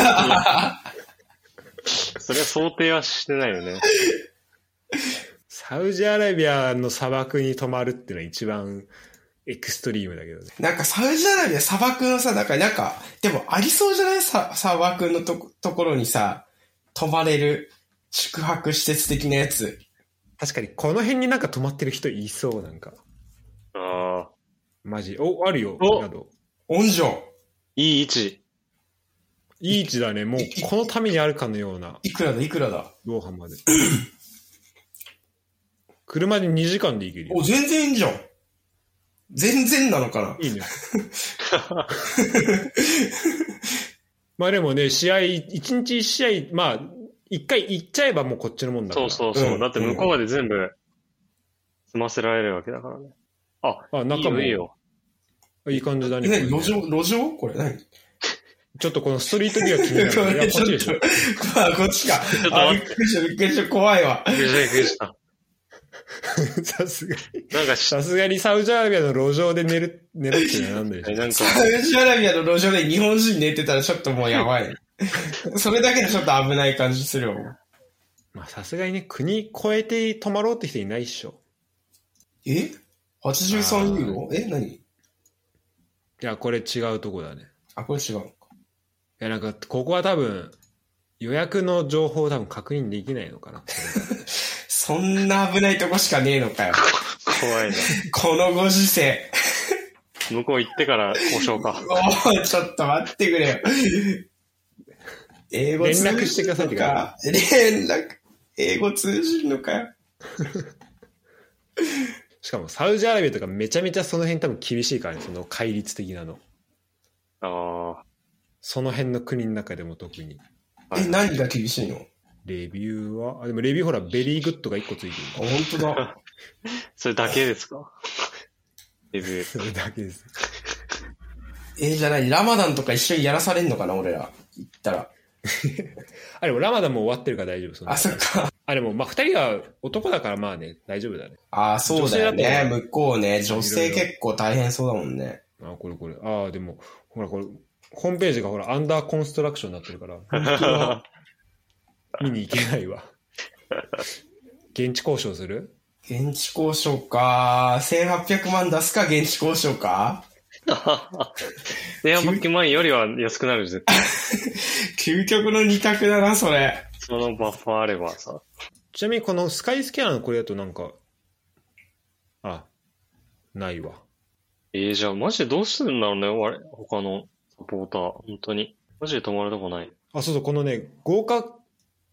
それは想定はしてないよね。
サウジアラビアの砂漠に泊まるっていうのは一番エクストリームだけどね。
なんかサウジアラビア砂漠のさ、なんか、なんか、でもありそうじゃないさ砂漠のとこところにさ、泊まれる宿泊施設的なやつ。
確かにこの辺になんか泊まってる人いそう、なんか。
ああ。
マジ。お、あるよ、
お
など。
温城、
いい位置。
いい位置だね。もうこのためにあるかのようない
くらだ、いくらだ。
ドーハまで。車で2時間で行ける
お、
よ。
全然いいじゃん。全然なのかない
いね。 (laughs) まあでもね、試合、一日一試合、まあ、一回行っちゃえばもうこっちのもんだか
そう
ら。
そうそう。
うん
だって向こうまで全部済ませられるわけだからね。
う。あ、
いい
中
よ
も
い
い
い
い
よ。
感じだね。
ね、
これね
路上、路上これ何
ちょっとこのストリートビューが気にな
こ
る。
(laughs)
いや、
れ
こ
ち
っ
ょ
ちで
っ
し
と
ょ。、
まあ、こっちか
ちょっ。と
あ、び
待
っくりした、びっくりした、怖いわ。
びっくりしたびっくりした
さすがに、
なんか
(laughs)
し、
さすがにサウジアラビアの路上で寝る、寝るっていうのはなんでしょう
なんか、
サウジアラビアの路上で日本人寝てたらちょっともうやばい。それだけでちょっと危ない感じするわ。もう
まあさすがにね、国越えて泊まろうって人いないっしょ。
え ?83 ユーロえ何
いや、これ違うとこだね。
あ、これ違うの
い
か。
や、なんか、ここは多分、予約の情報を多分確認できないのかな。
そんな危ないとこしかねえのかよ。
怖いな。
このご時世。
向こう行ってから交渉か。
おい、ちょっと待ってくれよ。英語通じるの
連絡してくださいってか
か。連絡、英語通じるのかよ。
しかもサウジアラビアとかめちゃめちゃその辺多分厳しいからね、その戒律的なの。
ああ。は
その辺の国の中でも特に。
い
え、何が厳しいの
レビューは、あ、でもレビューほら、ベリーグッドが1個ついてる
あ、。本
(laughs)
当だ。
それだけで
(laughs)
すかレビュ (laughs) ー。
それだけです。
え、じゃない、ラマダンとか一緒にやらされんのかな、俺ら。行ったら。
あ、でもラマダンも終わってるから大丈夫。その
あ、そっか。
あ、でも、まあ、二人は男だからまあね、大丈夫だね。
ああ、そうだよ
女性
ね。
だと
向こうね、女
い
性
ろいろ
結構大変そうだもんね。
あ、これこれ。ああ、でも、ほら、これ、ホームページがほら、アンダーコンストラクションになってるから、 (laughs) 本当は見に行けないわ。現地交渉する
現地交渉か。1800万出すか、現地交渉か。
電話き前よりは安くなる、絶対。
究極の二択だな、それ。
そのバッファーあればさ。
ちなみにこのスカイスキャナーのこれだとなんか、あ、ないわ。
えー、じゃあマジでどうするんだろうね、我々他のサポーター。本当に。マジで泊まるとこない。
あ、そうそう、このね、豪華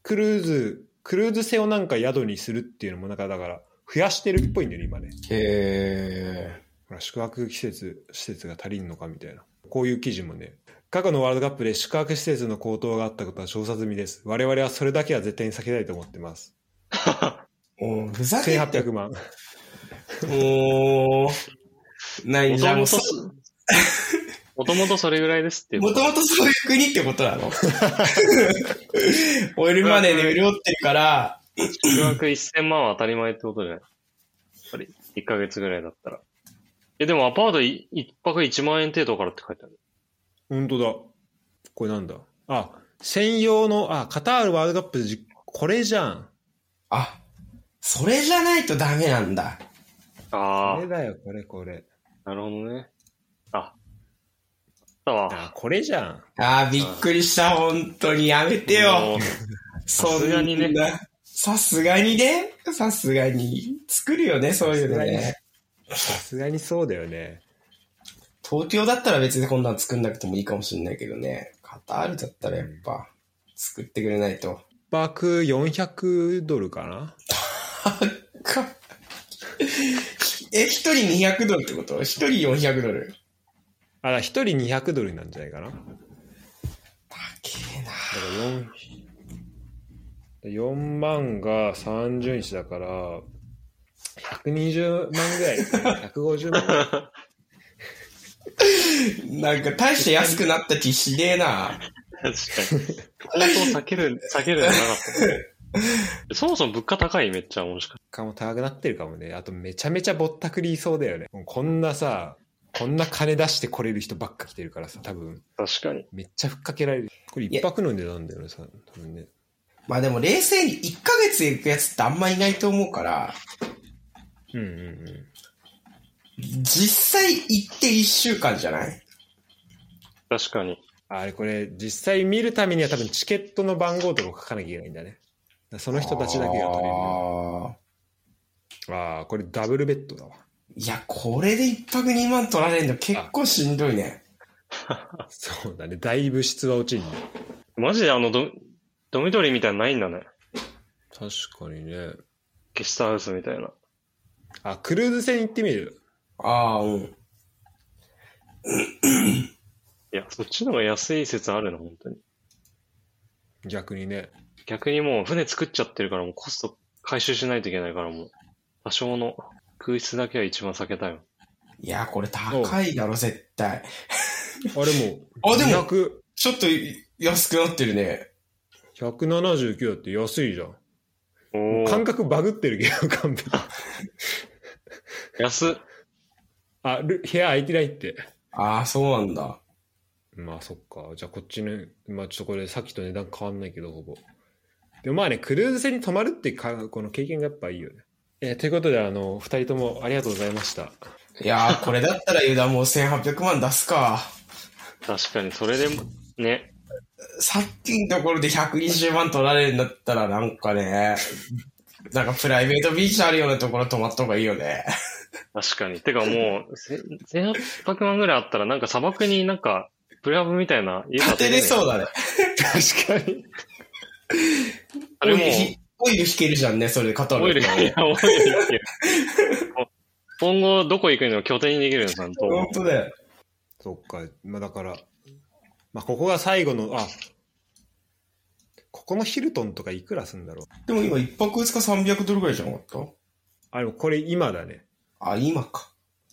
クルーズ、クルーズ船をなんか宿にするっていうのもなんかだから、増やしてるっぽいんだよね、今ね。
へ
ほら、宿泊施設、施設が足りんのかみたいな。こういう記事もね、過去のワールドカップで宿泊施設の高騰があったことは調査済みです。我々はそれだけは絶対に避けたいと思ってます。
え。もう、ふざけて。
1800万。 (laughs)
もう、ない、
も
じゃあ
と
も
も
う
と
そ、
(laughs) す、もともとそれぐらいですっていう
も
こと
もとそういう国ってことな
(laughs)
のオイルマネーで潤ってるから、
と。宿泊1000万は当たり前ってことじゃない。やっぱり1ヶ月ぐらいだったら。え、でもアパートい一泊1万円程度からって書いてある。
本当だ。これなんだ。あ、専用の、あ、カタールワールドカップでじ、これじゃん。
あ、それじゃないとダメなんだ。
こ
あ
れだよ、これこれ。
あ、なるほどね。あ、だわ。
あ、これじゃん。
あー、びっくりした、本当に。やめて
も
よ
う。
そ
す
ん
がにね
な。さすがにね。さすがに。作るよね、そういうのね。
さすがにそうだよね。
東京だったら別にこんなの作んなくてもいいかもしれないけどね。カタールだったらやっぱ、作ってくれないと。 (laughs)
バーク400ドルかな
かえ、一人200ドルってこと一人400ドル。
あ、1人200ドルなんじゃないかなだか
高えな。
ら4、4万が30日だから、120万ぐらい、150万ぐらい。
なんか大して安くなった気しねえな。
確かに。高騰避ける、避けるんじゃなかったね。そもそも物価高いめっちゃもしかし
かも高くなってるかもね。あとめちゃめちゃぼったくりいそうだよね。もうこんなさ、こんな金出してこれる人ばっか来てるからさ、多分、
て確かに。
めっちゃふっかけられる。これ一泊の値段だよね、さ、多分ね。
まあでも冷静に1ヶ月行くやつってあんまいないと思うから、
うんうんうん。
実際行って1週間じゃない
確かに。
あれこれ実際見るためには多分チケットの番号とかを書かなきゃいけないんだね。だからその人たちだけが取れる。
あ
ああー、これダブルベッドだわ。
ーいや、これで1泊2万取られるの結構しんどいね。
そうだね。だいぶ質は落ちんね。
マジであのド、ドミトリーみたいなのないんだね。
確かにね。
ゲストハウスみたいな。
あ、クルーズ船行ってみる
ああ、うん。
いや、そっちの方が安い説あるな、本当に。
逆にね。
逆にもう船作っちゃってるからもうコスト回収しないといけないからもう、多少の空室だけは一番避けたいよ。
いや、これ高いだろ、絶対。、
あれも
あでも
200
ちょっと安くなってるね。
179だって安いじゃん。
お
感
ー、
覚バグってるけど、完璧。
安っ。
あ、ル部屋空いてないって。
ああ、そうなんだ。
まあそっか。じゃあこっちね、まあちょっとこれさっきと値段変わんないけど、ほぼ。でもまあね、クルーズ船に泊まるってか、この経験がやっぱいいよね。えーということで、あの、二人ともありがとうございました。
いやー、これだったらユダもう1800万出すか。
確かに、それでも、ね。
さっきのところで120万取られるんだったらなんかね、なんかプライベートビーチあるようなところ泊まった方がいいよね。
確かに。てかもう、せ1800万ぐらいあったらなんか砂漠になんか、プレハブみたいな家。
建てれそううだね。
確かに。
あれも
オイ
う
ルひオイル引けるじゃんね、それで片
オイル、いや、オイルいや今後どこ行くの拠点にできるの、ちゃんと。
本当だよ。
そっか。まあだから、まあここが最後の、あ、ここのヒルトンとかいくらすんだろう。
でも今一泊二日300ドルぐらいじゃなかっ
あ、でもこれ今だね。
たあ、今か。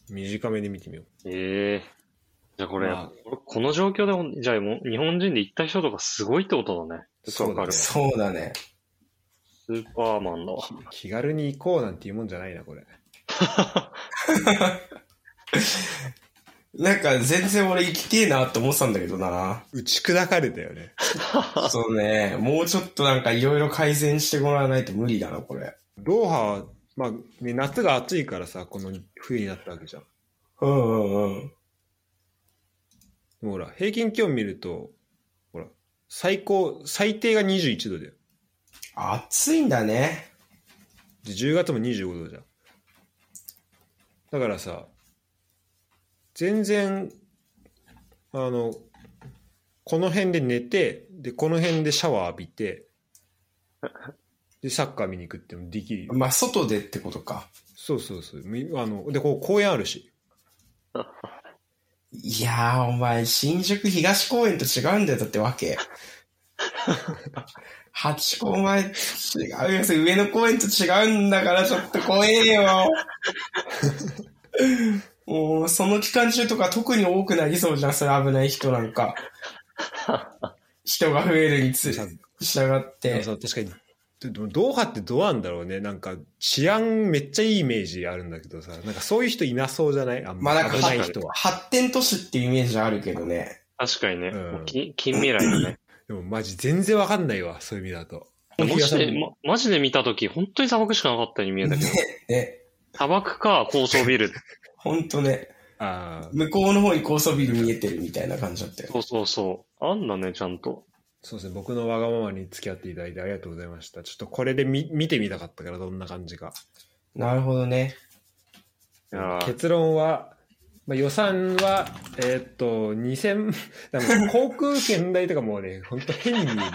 短めで見てみよう。
ええじゃあこれ、
ま
これこの状況でほん、じゃあもう日本人で行った人とかすごいってことだね。
そうだね
よくわかるわ
そうだね。
スーパーマンだわ。
気軽に行こうなんていうもんじゃないな、これ。
なんか全然俺行きてえなって思ってたんだけどな。
打ち砕かれたよね。
(laughs) そうね。もうちょっとなんかいろいろ改善してもらわないと無理だな、これ。
ドーハは、まあ、ね、夏が暑いからさ、この冬になったわけじゃん。で
うんうんうん。
もほら、平均気温見ると、ほら、最高、最低が21度だよ。
暑いんだね。
で10月も25度じゃん。だからさ、全然、あの、この辺で寝て、で、この辺でシャワー浴びて、で、サッカー見に行くってもできるよ。
まあ、外でってことか。
そうそうそう。みあの、で、こう公園あるし。
いやー、お前、新宿東公園と違うんだよ、だってわ (laughs) け。八公前、違うよ、上野公園と違うんだから、ちょっと怖えよ。 (laughs) もう、その期間中とか特に多くなりそうじゃん、それ危ない人なんか。人が増えるにつ従っ
でも
て。
さ確かにででもドーハってどうなんだろうねなんか治安めっちゃいいイメージあるんだけどさなんかそういう人いなそうじゃないあん
ま
ま
あなんか
危ない人は
発展都市っていうイメージあるけどね。
確かにね。
うん
もうき近未来だね。
でもマジ全然わかんないわそういう意味だと
マ
本気が
ジ
多
で、
分
ま、マジで見たとき、本当に砂漠しかなかったように見えたけど。
ね、
砂漠か高層ビル。
ほんとね、
ああ
向こうの方に高層ビル見えてるみたいな感じだったよ。
そうそうそう。あんだね、ちゃんと。
そうですね僕のわがままに付き合っていただいてありがとうございましたちょっとこれで見見てみたかったからどんな感じか
なるほどね。
いや
(laughs)
ー
結論は、まあ、予算はえーっと2000だ (laughs) からもう航空券代とかもうね本当変に見えるわ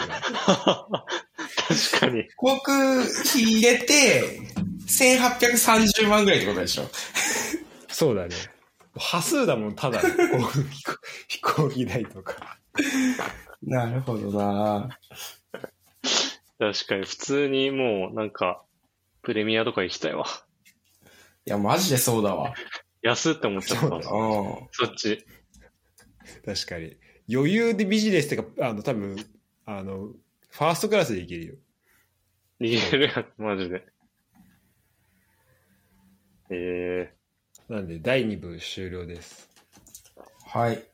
確かに。
航空費入れて、1830万ぐらいってことでしょ。
そうだね。端数だもん、ただ、飛行機 (laughs) 飛行機代とか。
なるほどな
確かに。普通にもう、なんか、プレミアとか行きたいわ。 (laughs)
いや、マジでそうだわ。
安って思っちゃっ
そ
た
う。だ
うん。
そっち。
確かに。余裕でビジネスとか、あの、多分あの、ファーストクラスで行けるよ。
逃げるやつ、マジで。え
なんで、第2部終了です。
はい。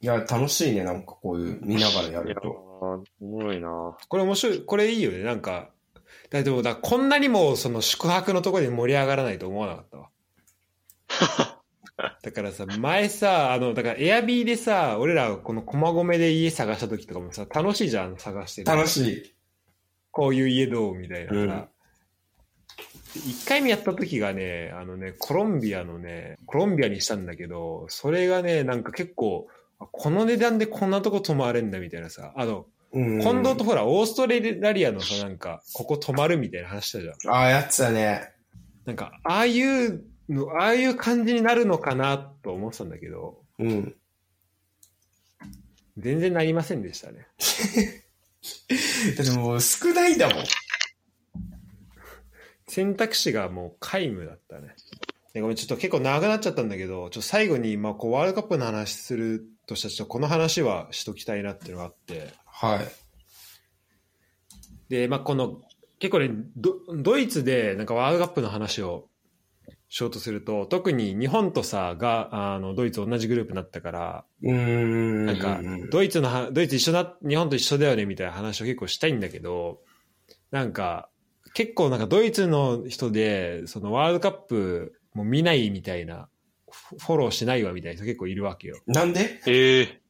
いや、楽しいね、なんかこういう、見ながらや
ー、い
る
やー、
と。
おもろいな
これ面白い、これいいよね、なんか。だでもだこんなにもその宿泊のところで盛り上がらないと思わなか (laughs) ったわ。だからさ、前さ、あの、だからエアビーでさ、俺らこの駒込で家探した時とかもさ、楽しいじゃん、探してる。
楽しい。
こういう家どうみたいな
うん
さ。一、回目やった時がね、あのね、コロンビアのね、コロンビアにしたんだけど、それがね、なんか結構、あこの値段でこんなとこ泊まれんだみたいなさ、あの、
うん。
近藤とほら、オーストラリアのさ、なんか、ここ泊まるみたいな話したじゃん。
ああ、やってたね。
なんか、ああいうの、ああいう感じになるのかなと思ってたんだけど、
うん。
全然なりませんでしたね。
でも、少ないだもん。
選択肢がもう皆無だったね。でごめん、ちょっと結構長くなっちゃったんだけど、ちょっと最後に、まあ、こう、ワールドカップの話するとしたら、ちょっとこの話はしときたいなっていうのがあって、
はい。
で、まあ、この、結構ね、ドドイツで、なんかワールドカップの話をしようとすると、特に日本とさ、が、あの、ドイツ同じグループになったから、
うーん。
なんか、ドイツのは、ドイツ一緒だ、日本と一緒だよねみたいな話を結構したいんだけど、なんか、結構なんかドイツの人で、そのワールドカップも見ないみたいな、フフォローしないわみたいな人結構いるわけよ。
なんで
ええ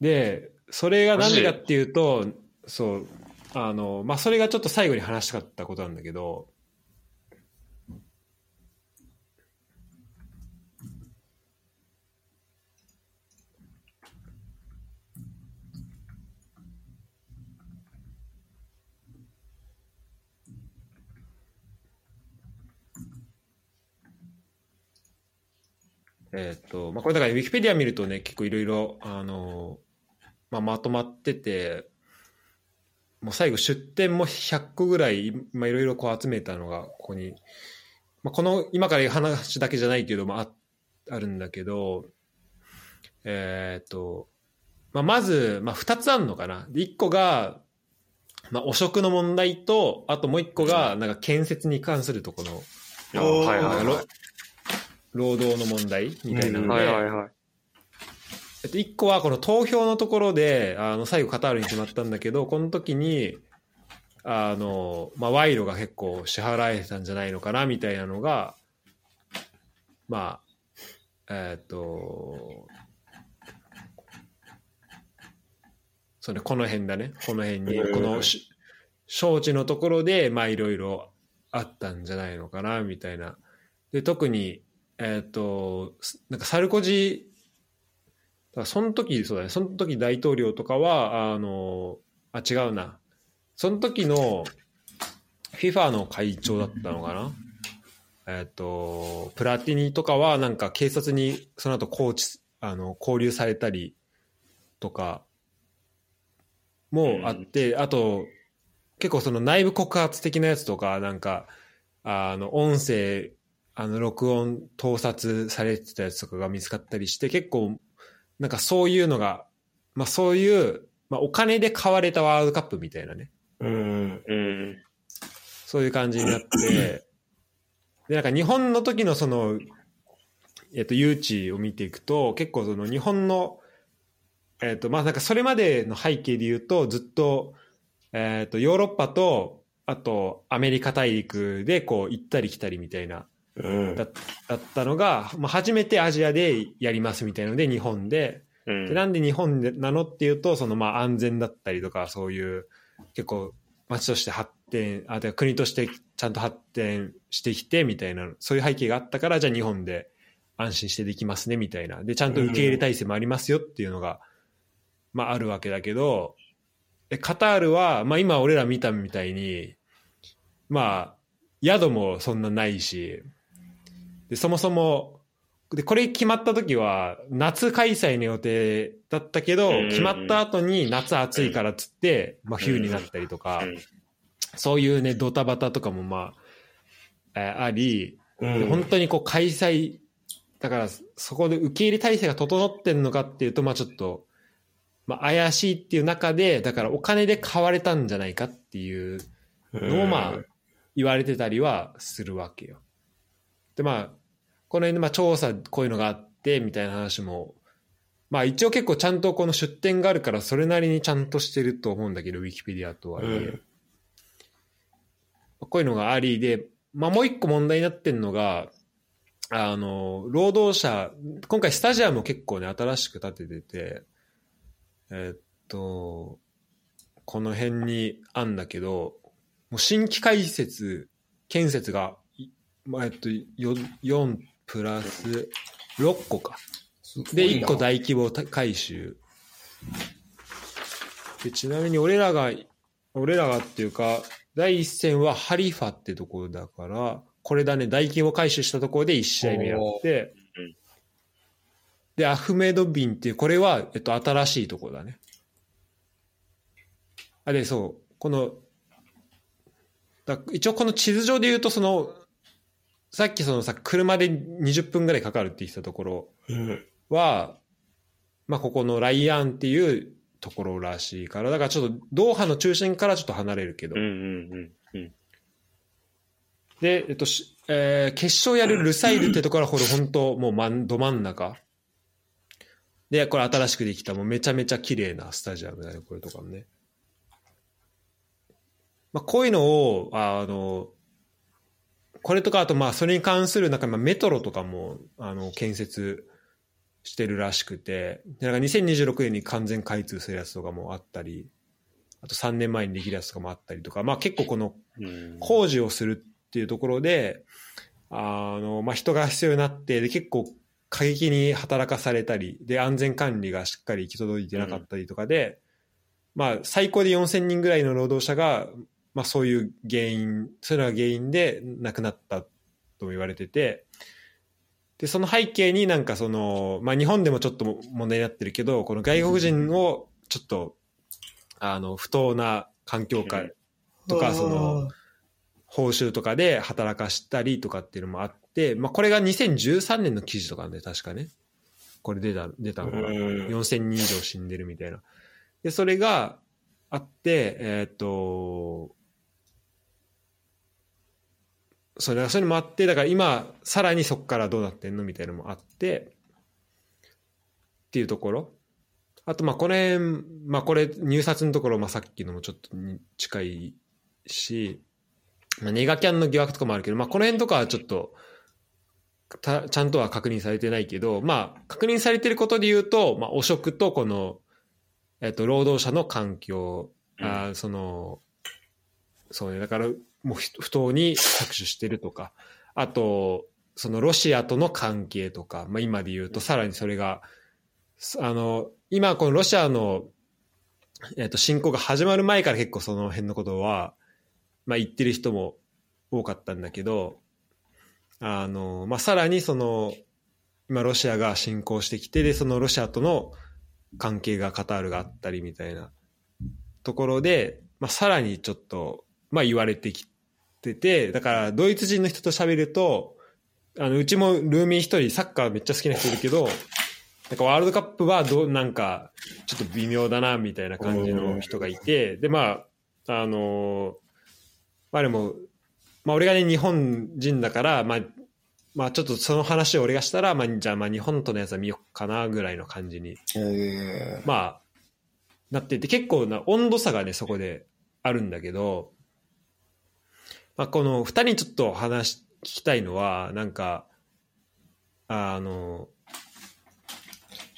で、それが何でかっていうと、そう、あの、まあ、それがちょっと最後に話したかったことなんだけど、えーっと、まあ、これだからウィキペディア見るとね、結構いろいろ、あの、まあ、まとまってて、もう最後出店も100個ぐらい、まあ、いろいろこう集めたのが、ここに、まあ、この、今から言う話だけじゃないけど、まあ、ああるんだけど、えーっと、まあ、まず、まあ、2つあるのかな。で1個が、まあ、汚職の問題と、あともう一個が、なんか建設に関するところ、
あ
おー
はいはい
ろ
は
労働の問題みたいなの
い。
で、
はいはいはい。
えっと、1個はこの投票のところであの最後カタールに決まったんだけどこの時にあの、まあ、賄賂が結構支払えてたんじゃないのかなみたいなのがまあえーっとそうねこの辺だねこの辺に
うん
このし招致のところでまあいろいろあったんじゃないのかなみたいなで特にえーっとすなんかサルコジだからその時そうだねその時大統領とかはあのあ違うなその時の FIFA の会長だったのかなえーっ、とプラティニとかはなんか警察にその後拘置あの拘留されたりとかもあって、あと結構その内部告発的なやつとかなんかあの音声あの録音盗撮されてたやつとかが見つかったりして結構なんかそういうのが、まあ、そういう、まあ、お金で買われたワールドカップみたいなね
うん。
うん。
そういう感じになって、で、なんか日本の時のその、えっと、誘致を見ていくと、結構その日本の、えっと、まあなんかそれまでの背景で言うと、ずっと、えっと、ヨーロッパと、あとアメリカ大陸でこう行ったり来たりみたいな、
うん。
だだったのが、まあ初めてアジアでやりますみたいので、日本で、
うん。
でなんで日本でなのっていうとそのまあ安全だったりとかそういう結構町として発展あてか国としてちゃんと発展してきてみたいなそういう背景があったからじゃあ日本で安心してできますねみたいなでちゃんと受け入れ体制もありますよっていうのが、まあ、あるわけだけどでカタールは、まあ、今俺ら見たみたいにまあ宿もそんなないしでそもそもでこれ決まった時は夏開催の予定だったけど、
うん
決まった後に夏暑いからっつって、まあ、冬になったりとか、
うん
そういうねドタバタとかもまあ、えーあり
うん
で本当にこう開催だからそこで受け入れ体制が整ってんのかっていうとまあちょっと、まあ、怪しいっていう中でだからお金で買われたんじゃないかっていうのをまあ言われてたりはするわけよ。でまあこの辺でまあ調査こういうのがあってみたいな話もまあ一応結構ちゃんとこの出典があるからそれなりにちゃんとしてると思うんだけどウィキペディアとは
う
いえ、
ん。
こういうのがありで、まあ、もう一個問題になってるのが、あの、労働者、今回スタジアムを結構ね、新しく建ててて、えっと、この辺にあんだけど、もう新規開設、建設が、いまあ、えっと、よ4プラス6個か。で、1個
だ。
大規模回収。で、ちなみに俺らが、俺らがっていうか、第一戦はハリファってところだから、これだね、大規模回収したところで1試合目やって
うん、
で、アフメドビンっていう、これは、えっと、新しいところだね。あ、で、そう、この、だ一応この地図上で言うと、その、さっきそのさ、車で20分ぐらいかかるって言ってたところ、
うん。
は、まあ、ここのライアンっていうところらしいから、だからちょっとドーハの中心からちょっと離れるけど、
うんうんうんうん。
で、えっとしえー決勝やるルサイルってところはこれ本当もう真んど真ん中。で、これ新しくできた、もうめちゃめちゃ綺麗なスタジアムだね、これとかもね。まあ、こういうのを、あの、これとか、あとまあ、それに関する、なんかまあメトロとかも、あの、建設してるらしくて、でなんか2026年に完全開通するやつとかもあったり、あと3年前にできるやつとかもあったりとか、まあ結構この
うん
工事をするっていうところで、あの、まあ、人が必要になって、で、結構過激に働かされたり、で、安全管理がしっかり行き届いてなかったりとかで、まあ、最高で4000人ぐらいの労働者が、まあ、そういう原因、そういうのが原因で亡くなったとも言われてて、で、その背景になんかその、まあ、日本でもちょっと問題になってるけど、この外国人をちょっと、あの、不当な環境下とか、その、報酬とかで働かしたりとかっていうのもあって、まあ、これが2013年の記事とかなんで確かねこれ出た出た
う
のが
ん。
4000人以上死んでるみたいなでそれがああって、えーっと、それはそれもあって、だから今、さらにそこからどうなってんのみたいなのもあって、っていうところ。あと、まあ、この辺、まあ、これ、入札のところ、まあ、さっきのもちょっとに近いし、まあ、ネガキャンの疑惑とかもあるけど、まあ、この辺とかはちょっと、たちゃんとは確認されてないけど、まあ、確認されてることで言うと、まあ、汚職とこの、えっと、労働者の環境、あーその、そうね、だから、もうひ不当に搾取してるとか、あと、そのロシアとの関係とか、まあ、今で言うと、さらにそれが、すあの、今、このロシアの、えっと、侵攻が始まる前から結構その辺のことは、まあ、言ってる人も多かったんだけど、あの、まあ、さらにその、今ロシアが侵攻してきて、で、そのロシアとの関係がカタールがあったりみたいなところで、まあ、さらにちょっと、まあ、言われてきてて、だから、ドイツ人の人と喋ると、あの、うちもルーミン一人サッカーめっちゃ好きな人いるけど、なんかワールドカップはどう、なんか、ちょっと微妙だな、みたいな感じの人がいて、で、まあ、あのまあでも、まあ俺がね、日本人だから、まあ、まあちょっとその話を俺がしたら、まあじゃあまあ日本とのやつは見よっかな、ぐらいの感じに
え
まあ、なってて、結構な温度差がね、そこであるんだけど、まあ、この二人にちょっと話し、聞きたいのは、なんか、あの、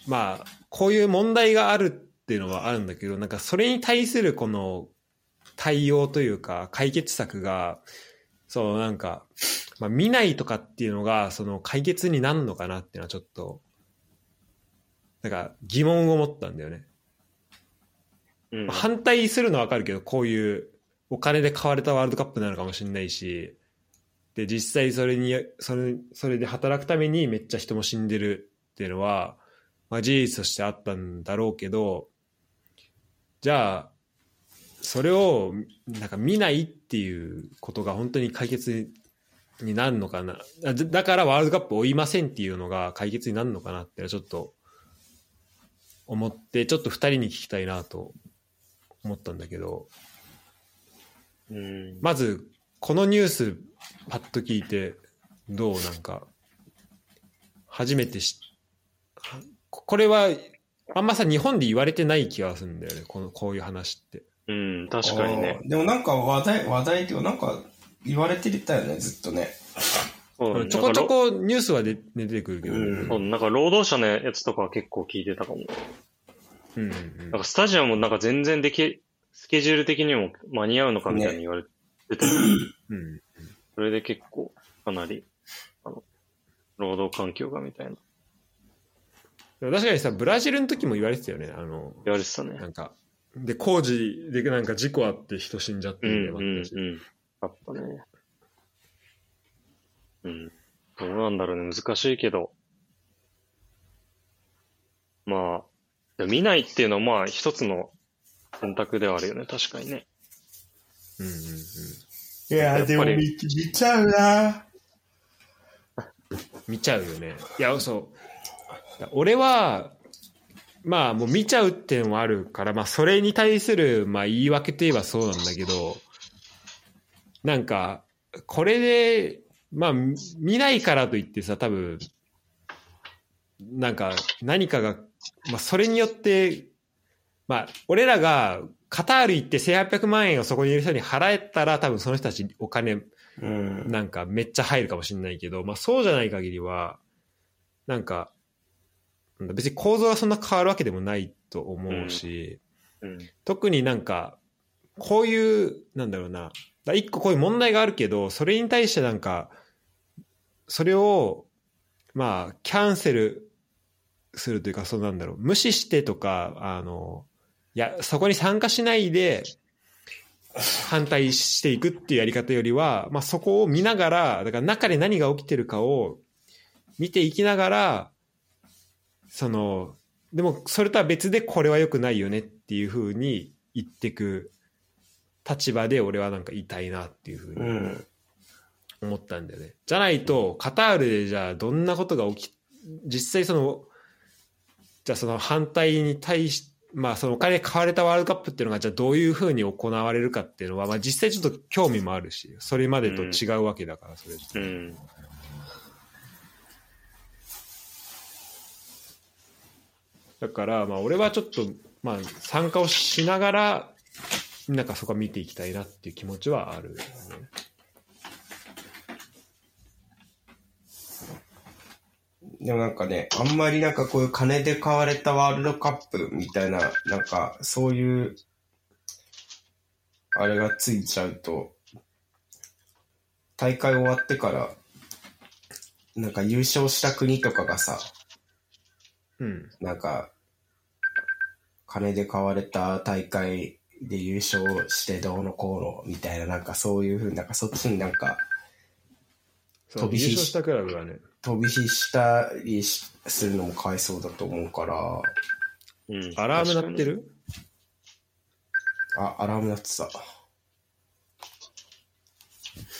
まあ、こういう問題があるっていうのはあるんだけど、なんかそれに対するこの対応というか、解決策が、そう、なんか、まあ、見ないとかっていうのが、その解決になるのかなっていうのはちょっと、なんか疑問を持ったんだよね。
うん
まあ反対するのはわかるけど、こういうお金で買われたワールドカップなのかもしれないし、で、実際それに、それ、それで働くためにめっちゃ人も死んでるっていうのは、まあ事実としてあったんだろうけど、じゃあ、それを、なんか見ないっていうことが本当に解決になるのかな。だだからワールドカップ追いませんっていうのが解決になるのかなっていうのはちょっと思って、ちょっと二人に聞きたいなと思ったんだけど、
うん
まず、このニュース、パッと聞いて、どうなんか、初めてし、はこれは、あんまさ、日本で言われてない気がするんだよね、この、こういう話って。
うん、
ー
確かにね。
あ。ーでもなんか話題、話題っていうか、なんか言われてたよね、ずっとね。
そうね
ちょこちょこニュースはで出てくるけど、
う
うんん
そうなんか労働者のやつとかは結構聞いてたかも。
うん
なんかスタジアムもなんか全然でき、スケジュール的にも間に合うのかみたいに言われてて、
うん
それで結構かなり、あの、労働環境がみたいな
でも確かにさ、ブラジルの時も言われてたよね、あの、
言われてたね
な。んか、で、工事でなんか事故あって人死んじゃって
うん
る
う
のも
んう
あ
ん
ったし。
あったね。うん。どうなんだろうね。難しいけど。まあ、見ないっていうのはまあ一つの選択ではあるよね。確かにね。
うんうんうん
い
やでもやっぱり
見ちゃうな。
見ちゃうよねいやそう俺はまあもう見ちゃうっていうのもあるから、まあ、それに対する、まあ、言い訳といえばそうなんだけどなんかこれでまあみ見ないからといってさ多分なんか何かが、まあ、それによってまあ俺らがカタール行って1800万円をそこにいる人に払えたら多分その人たちお金
うん。
なんかめっちゃ入るかもしれないけど、まあそうじゃない限りは、なんか、なんだ別に構造がそんな変わるわけでもないと思うし、
うん。
特になんか、こういう、なんだろうな、だ一個こういう問題があるけど、それに対してなんか、それを、まあ、キャンセルするというか、そうなんだろう、無視してとか、あの、いや、そこに参加しないで、反対していくっていうやり方よりは、まあ、そこを見ながら、だから中で何が起きてるかを見ていきながら、その、でもそれとは別でこれは良くないよねっていうふうに言ってく立場で俺はなんか言いたいなっていうふう
う
に
ん。
思ったんだよね。じゃないと、カタールでじゃあどんなことが起き、実際その、じゃあその反対に対し、まあ、そのお金買われたワールドカップっていうのが、じゃあどういうふうに行われるかっていうのは、まあ実際ちょっと興味もあるし、それまでと違うわけだから、それって。
うん。
だから、まあ俺はちょっと、まあ参加をしながら、なんかそこは見ていきたいなっていう気持ちはある、ね。
でもなんかね、あんまりなんかこういう金で買われたワールドカップみたいな、なんかそういう、あれがついちゃうと、大会終わってから、なんか優勝した国とかがさ、
うん。
なんか、金で買われた大会で優勝してどうのこうのみたいな、なんかそういうふうになんかそっちになんか
その
飛び
優
火
勝したクラブがね、
飛び火したりしするのもかわいそうだと思うから、
うん、
アラーム鳴ってる
あ、アラーム鳴ってた。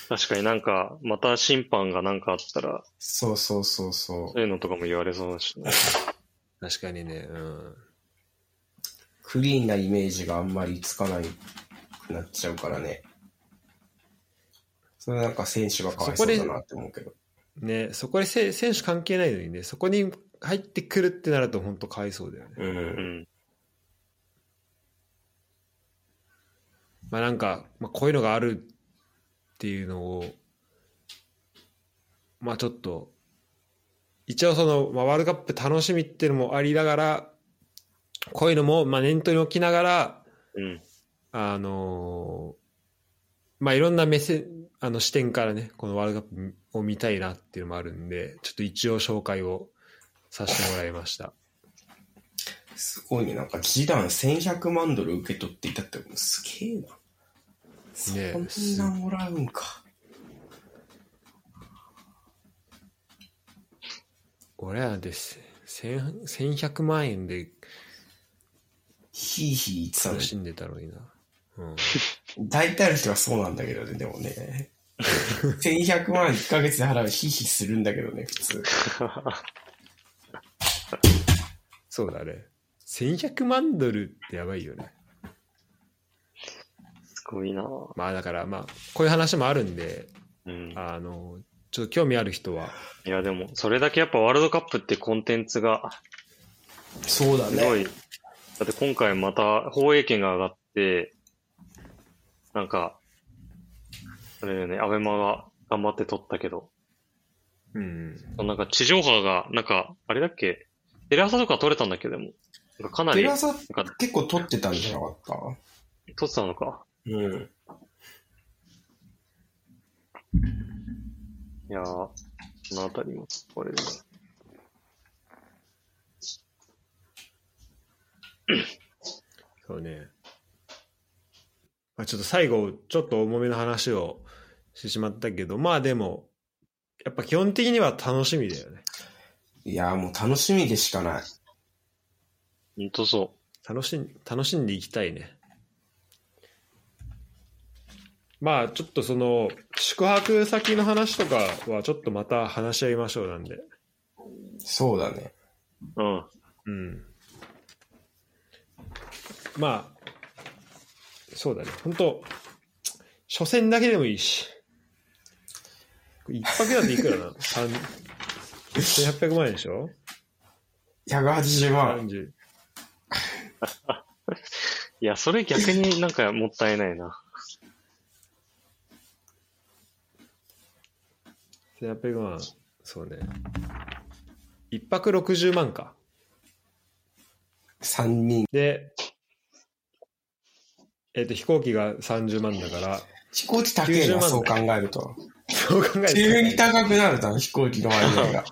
確かになんか、また審判がなんかあったら、
そうそうそうそ
そういうのとかも言われそうだしね。
確かにね、うん。
う。クリーンなイメージがあんまりつかないくなっちゃうからね。それはなんか選手がかわいそうだなって思うけど。
ね、そこでせ選手関係ないのにね、そこに入ってくるってなると本当かわいそうだよね。
う。
うんん。
まあなんか、まあ、こういうのがあるっていうのを、まあちょっと、一応その、まあ、ワールドカップ楽しみっていうのもありながら、こういうのも、まあ念頭に置きながら、
うん。
あのーまあいろんな目線、あの視点からね、このワールドカップを見たいなっていうのもあるんで、ちょっと一応紹介をさせてもらいました。
すごいね。なんか示談1100万ドル受け取っていたって、すげえな。
ねえ
そんなもらうんか。
俺らなんてせ千1100万円で
ひいひい言っ
楽
て
しんでたのにな。うん、
たの。大体の人はそうなんだけどね、でも (laughs) ね。1100万1ヶ月で払うひいひいするんだけどね、普通。
そうだね。1100万ドルってやばいよね。
すごいな
まあだからまあ、こういう話もあるんで、
うん。
あの、ちょっと興味ある人は、
いや、でも、それだけやっぱワールドカップってコンテンツが
そうだ
すごい。だって今回また放映権が上がって、なんか、あれだよね、アベマが頑張って撮ったけど、
うん。
なんか地上波が、なんか、あれだっけ、テレ朝とか撮れたんだっけ、でも。なんかかな
テ
り、
レ
なん
朝
か
結構撮ってたんじゃなかった
撮ってたのか。
うん。
いやー、このあたりも、これです。
そうね。まあちょっと最後、ちょっと重めの話をしてしまったけど、まあでも、やっぱ基本的には楽しみだよね。
いやーもう楽しみでしかない。
ほんとそ
楽しん楽しんでいきたいねまあちょっとその宿泊先の話とかはちょっとまた話し合いましょうなんで
そうだね。
う。うん。
うんまあそうだね本当初戦だけでもいいし一泊だっていくらな三1800万円でしょ
180万。
30
いや、それ逆になんかもったいない (laughs) な。
1800万そうね一泊60万か
3人。
で、えっ、と、飛行機が30万だから、
飛行機高え
90
な、
万
そう考えると。
そう考えると
急に高くなるだろ、飛行機の割合が。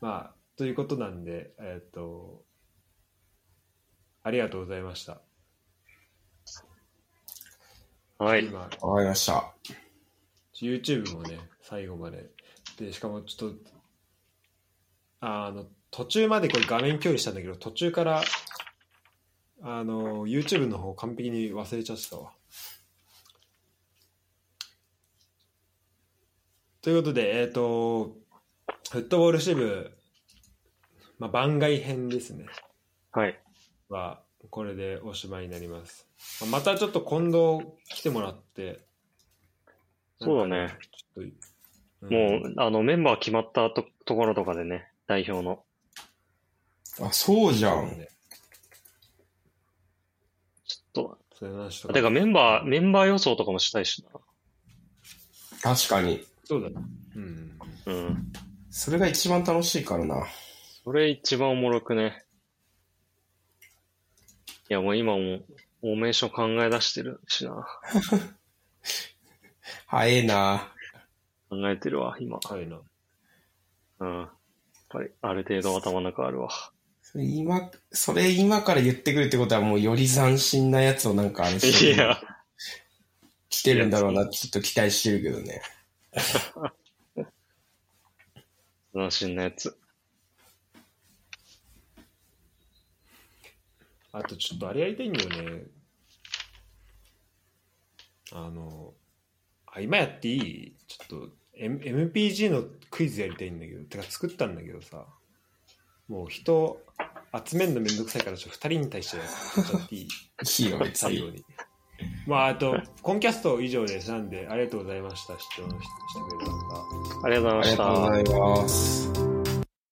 まあ、ということなんで、えっ、と、ありがとうございました。
はい。
今、
わかりました。
YouTube もね、最後まで。で、しかもちょっと、あの、途中までこれ画面共有したんだけど、途中から、あの、YouTube の方完璧に忘れちゃってたわ。ということで、えっ、と、フットボール支部、まあ、番外編ですね。
はい。
は、これでおしまいになります。まあまたちょっと近藤来てもらって。
そうだね。
ちょっと、
もう、あの、メンバー決まったとところとかでね、代表の。
あ、そうじゃ
うん
ん。
ちょっ
それの話と
と、てかメンバー、メンバー予想とかもしたいし
確かに。
そうだね。うん。
な。うん。
それが一番楽しいからな。
それ一番おもろくね。いや、もう今も、フォーメーション考え出してるしな。
早えな。
考えてるわ、今。
はいな。
うん。やっぱり、ある程度頭の中あるわ。
今、それ今から言ってくるってことはもうより斬新なやつをなんかあの
いや、
来てるんだろうなってちょっと期待してるけどね。
斬新なやつ。
あとちょっとあれやりたいんだよね。あの、あ今やっていいちょっと、M、MPG のクイズやりたいんだけど、てか作ったんだけどさ、もう人集めるのめんどくさいから、ちょっと2人に対してやっちゃっていい
いいよ、別
最後
に。
に。まあ、あと、コンキャスト以上です。なんで、ありがとうございました。視聴してくれた方。
ありがとうご
あ
ざいま
りがと
し
う
た
ご。ざいます。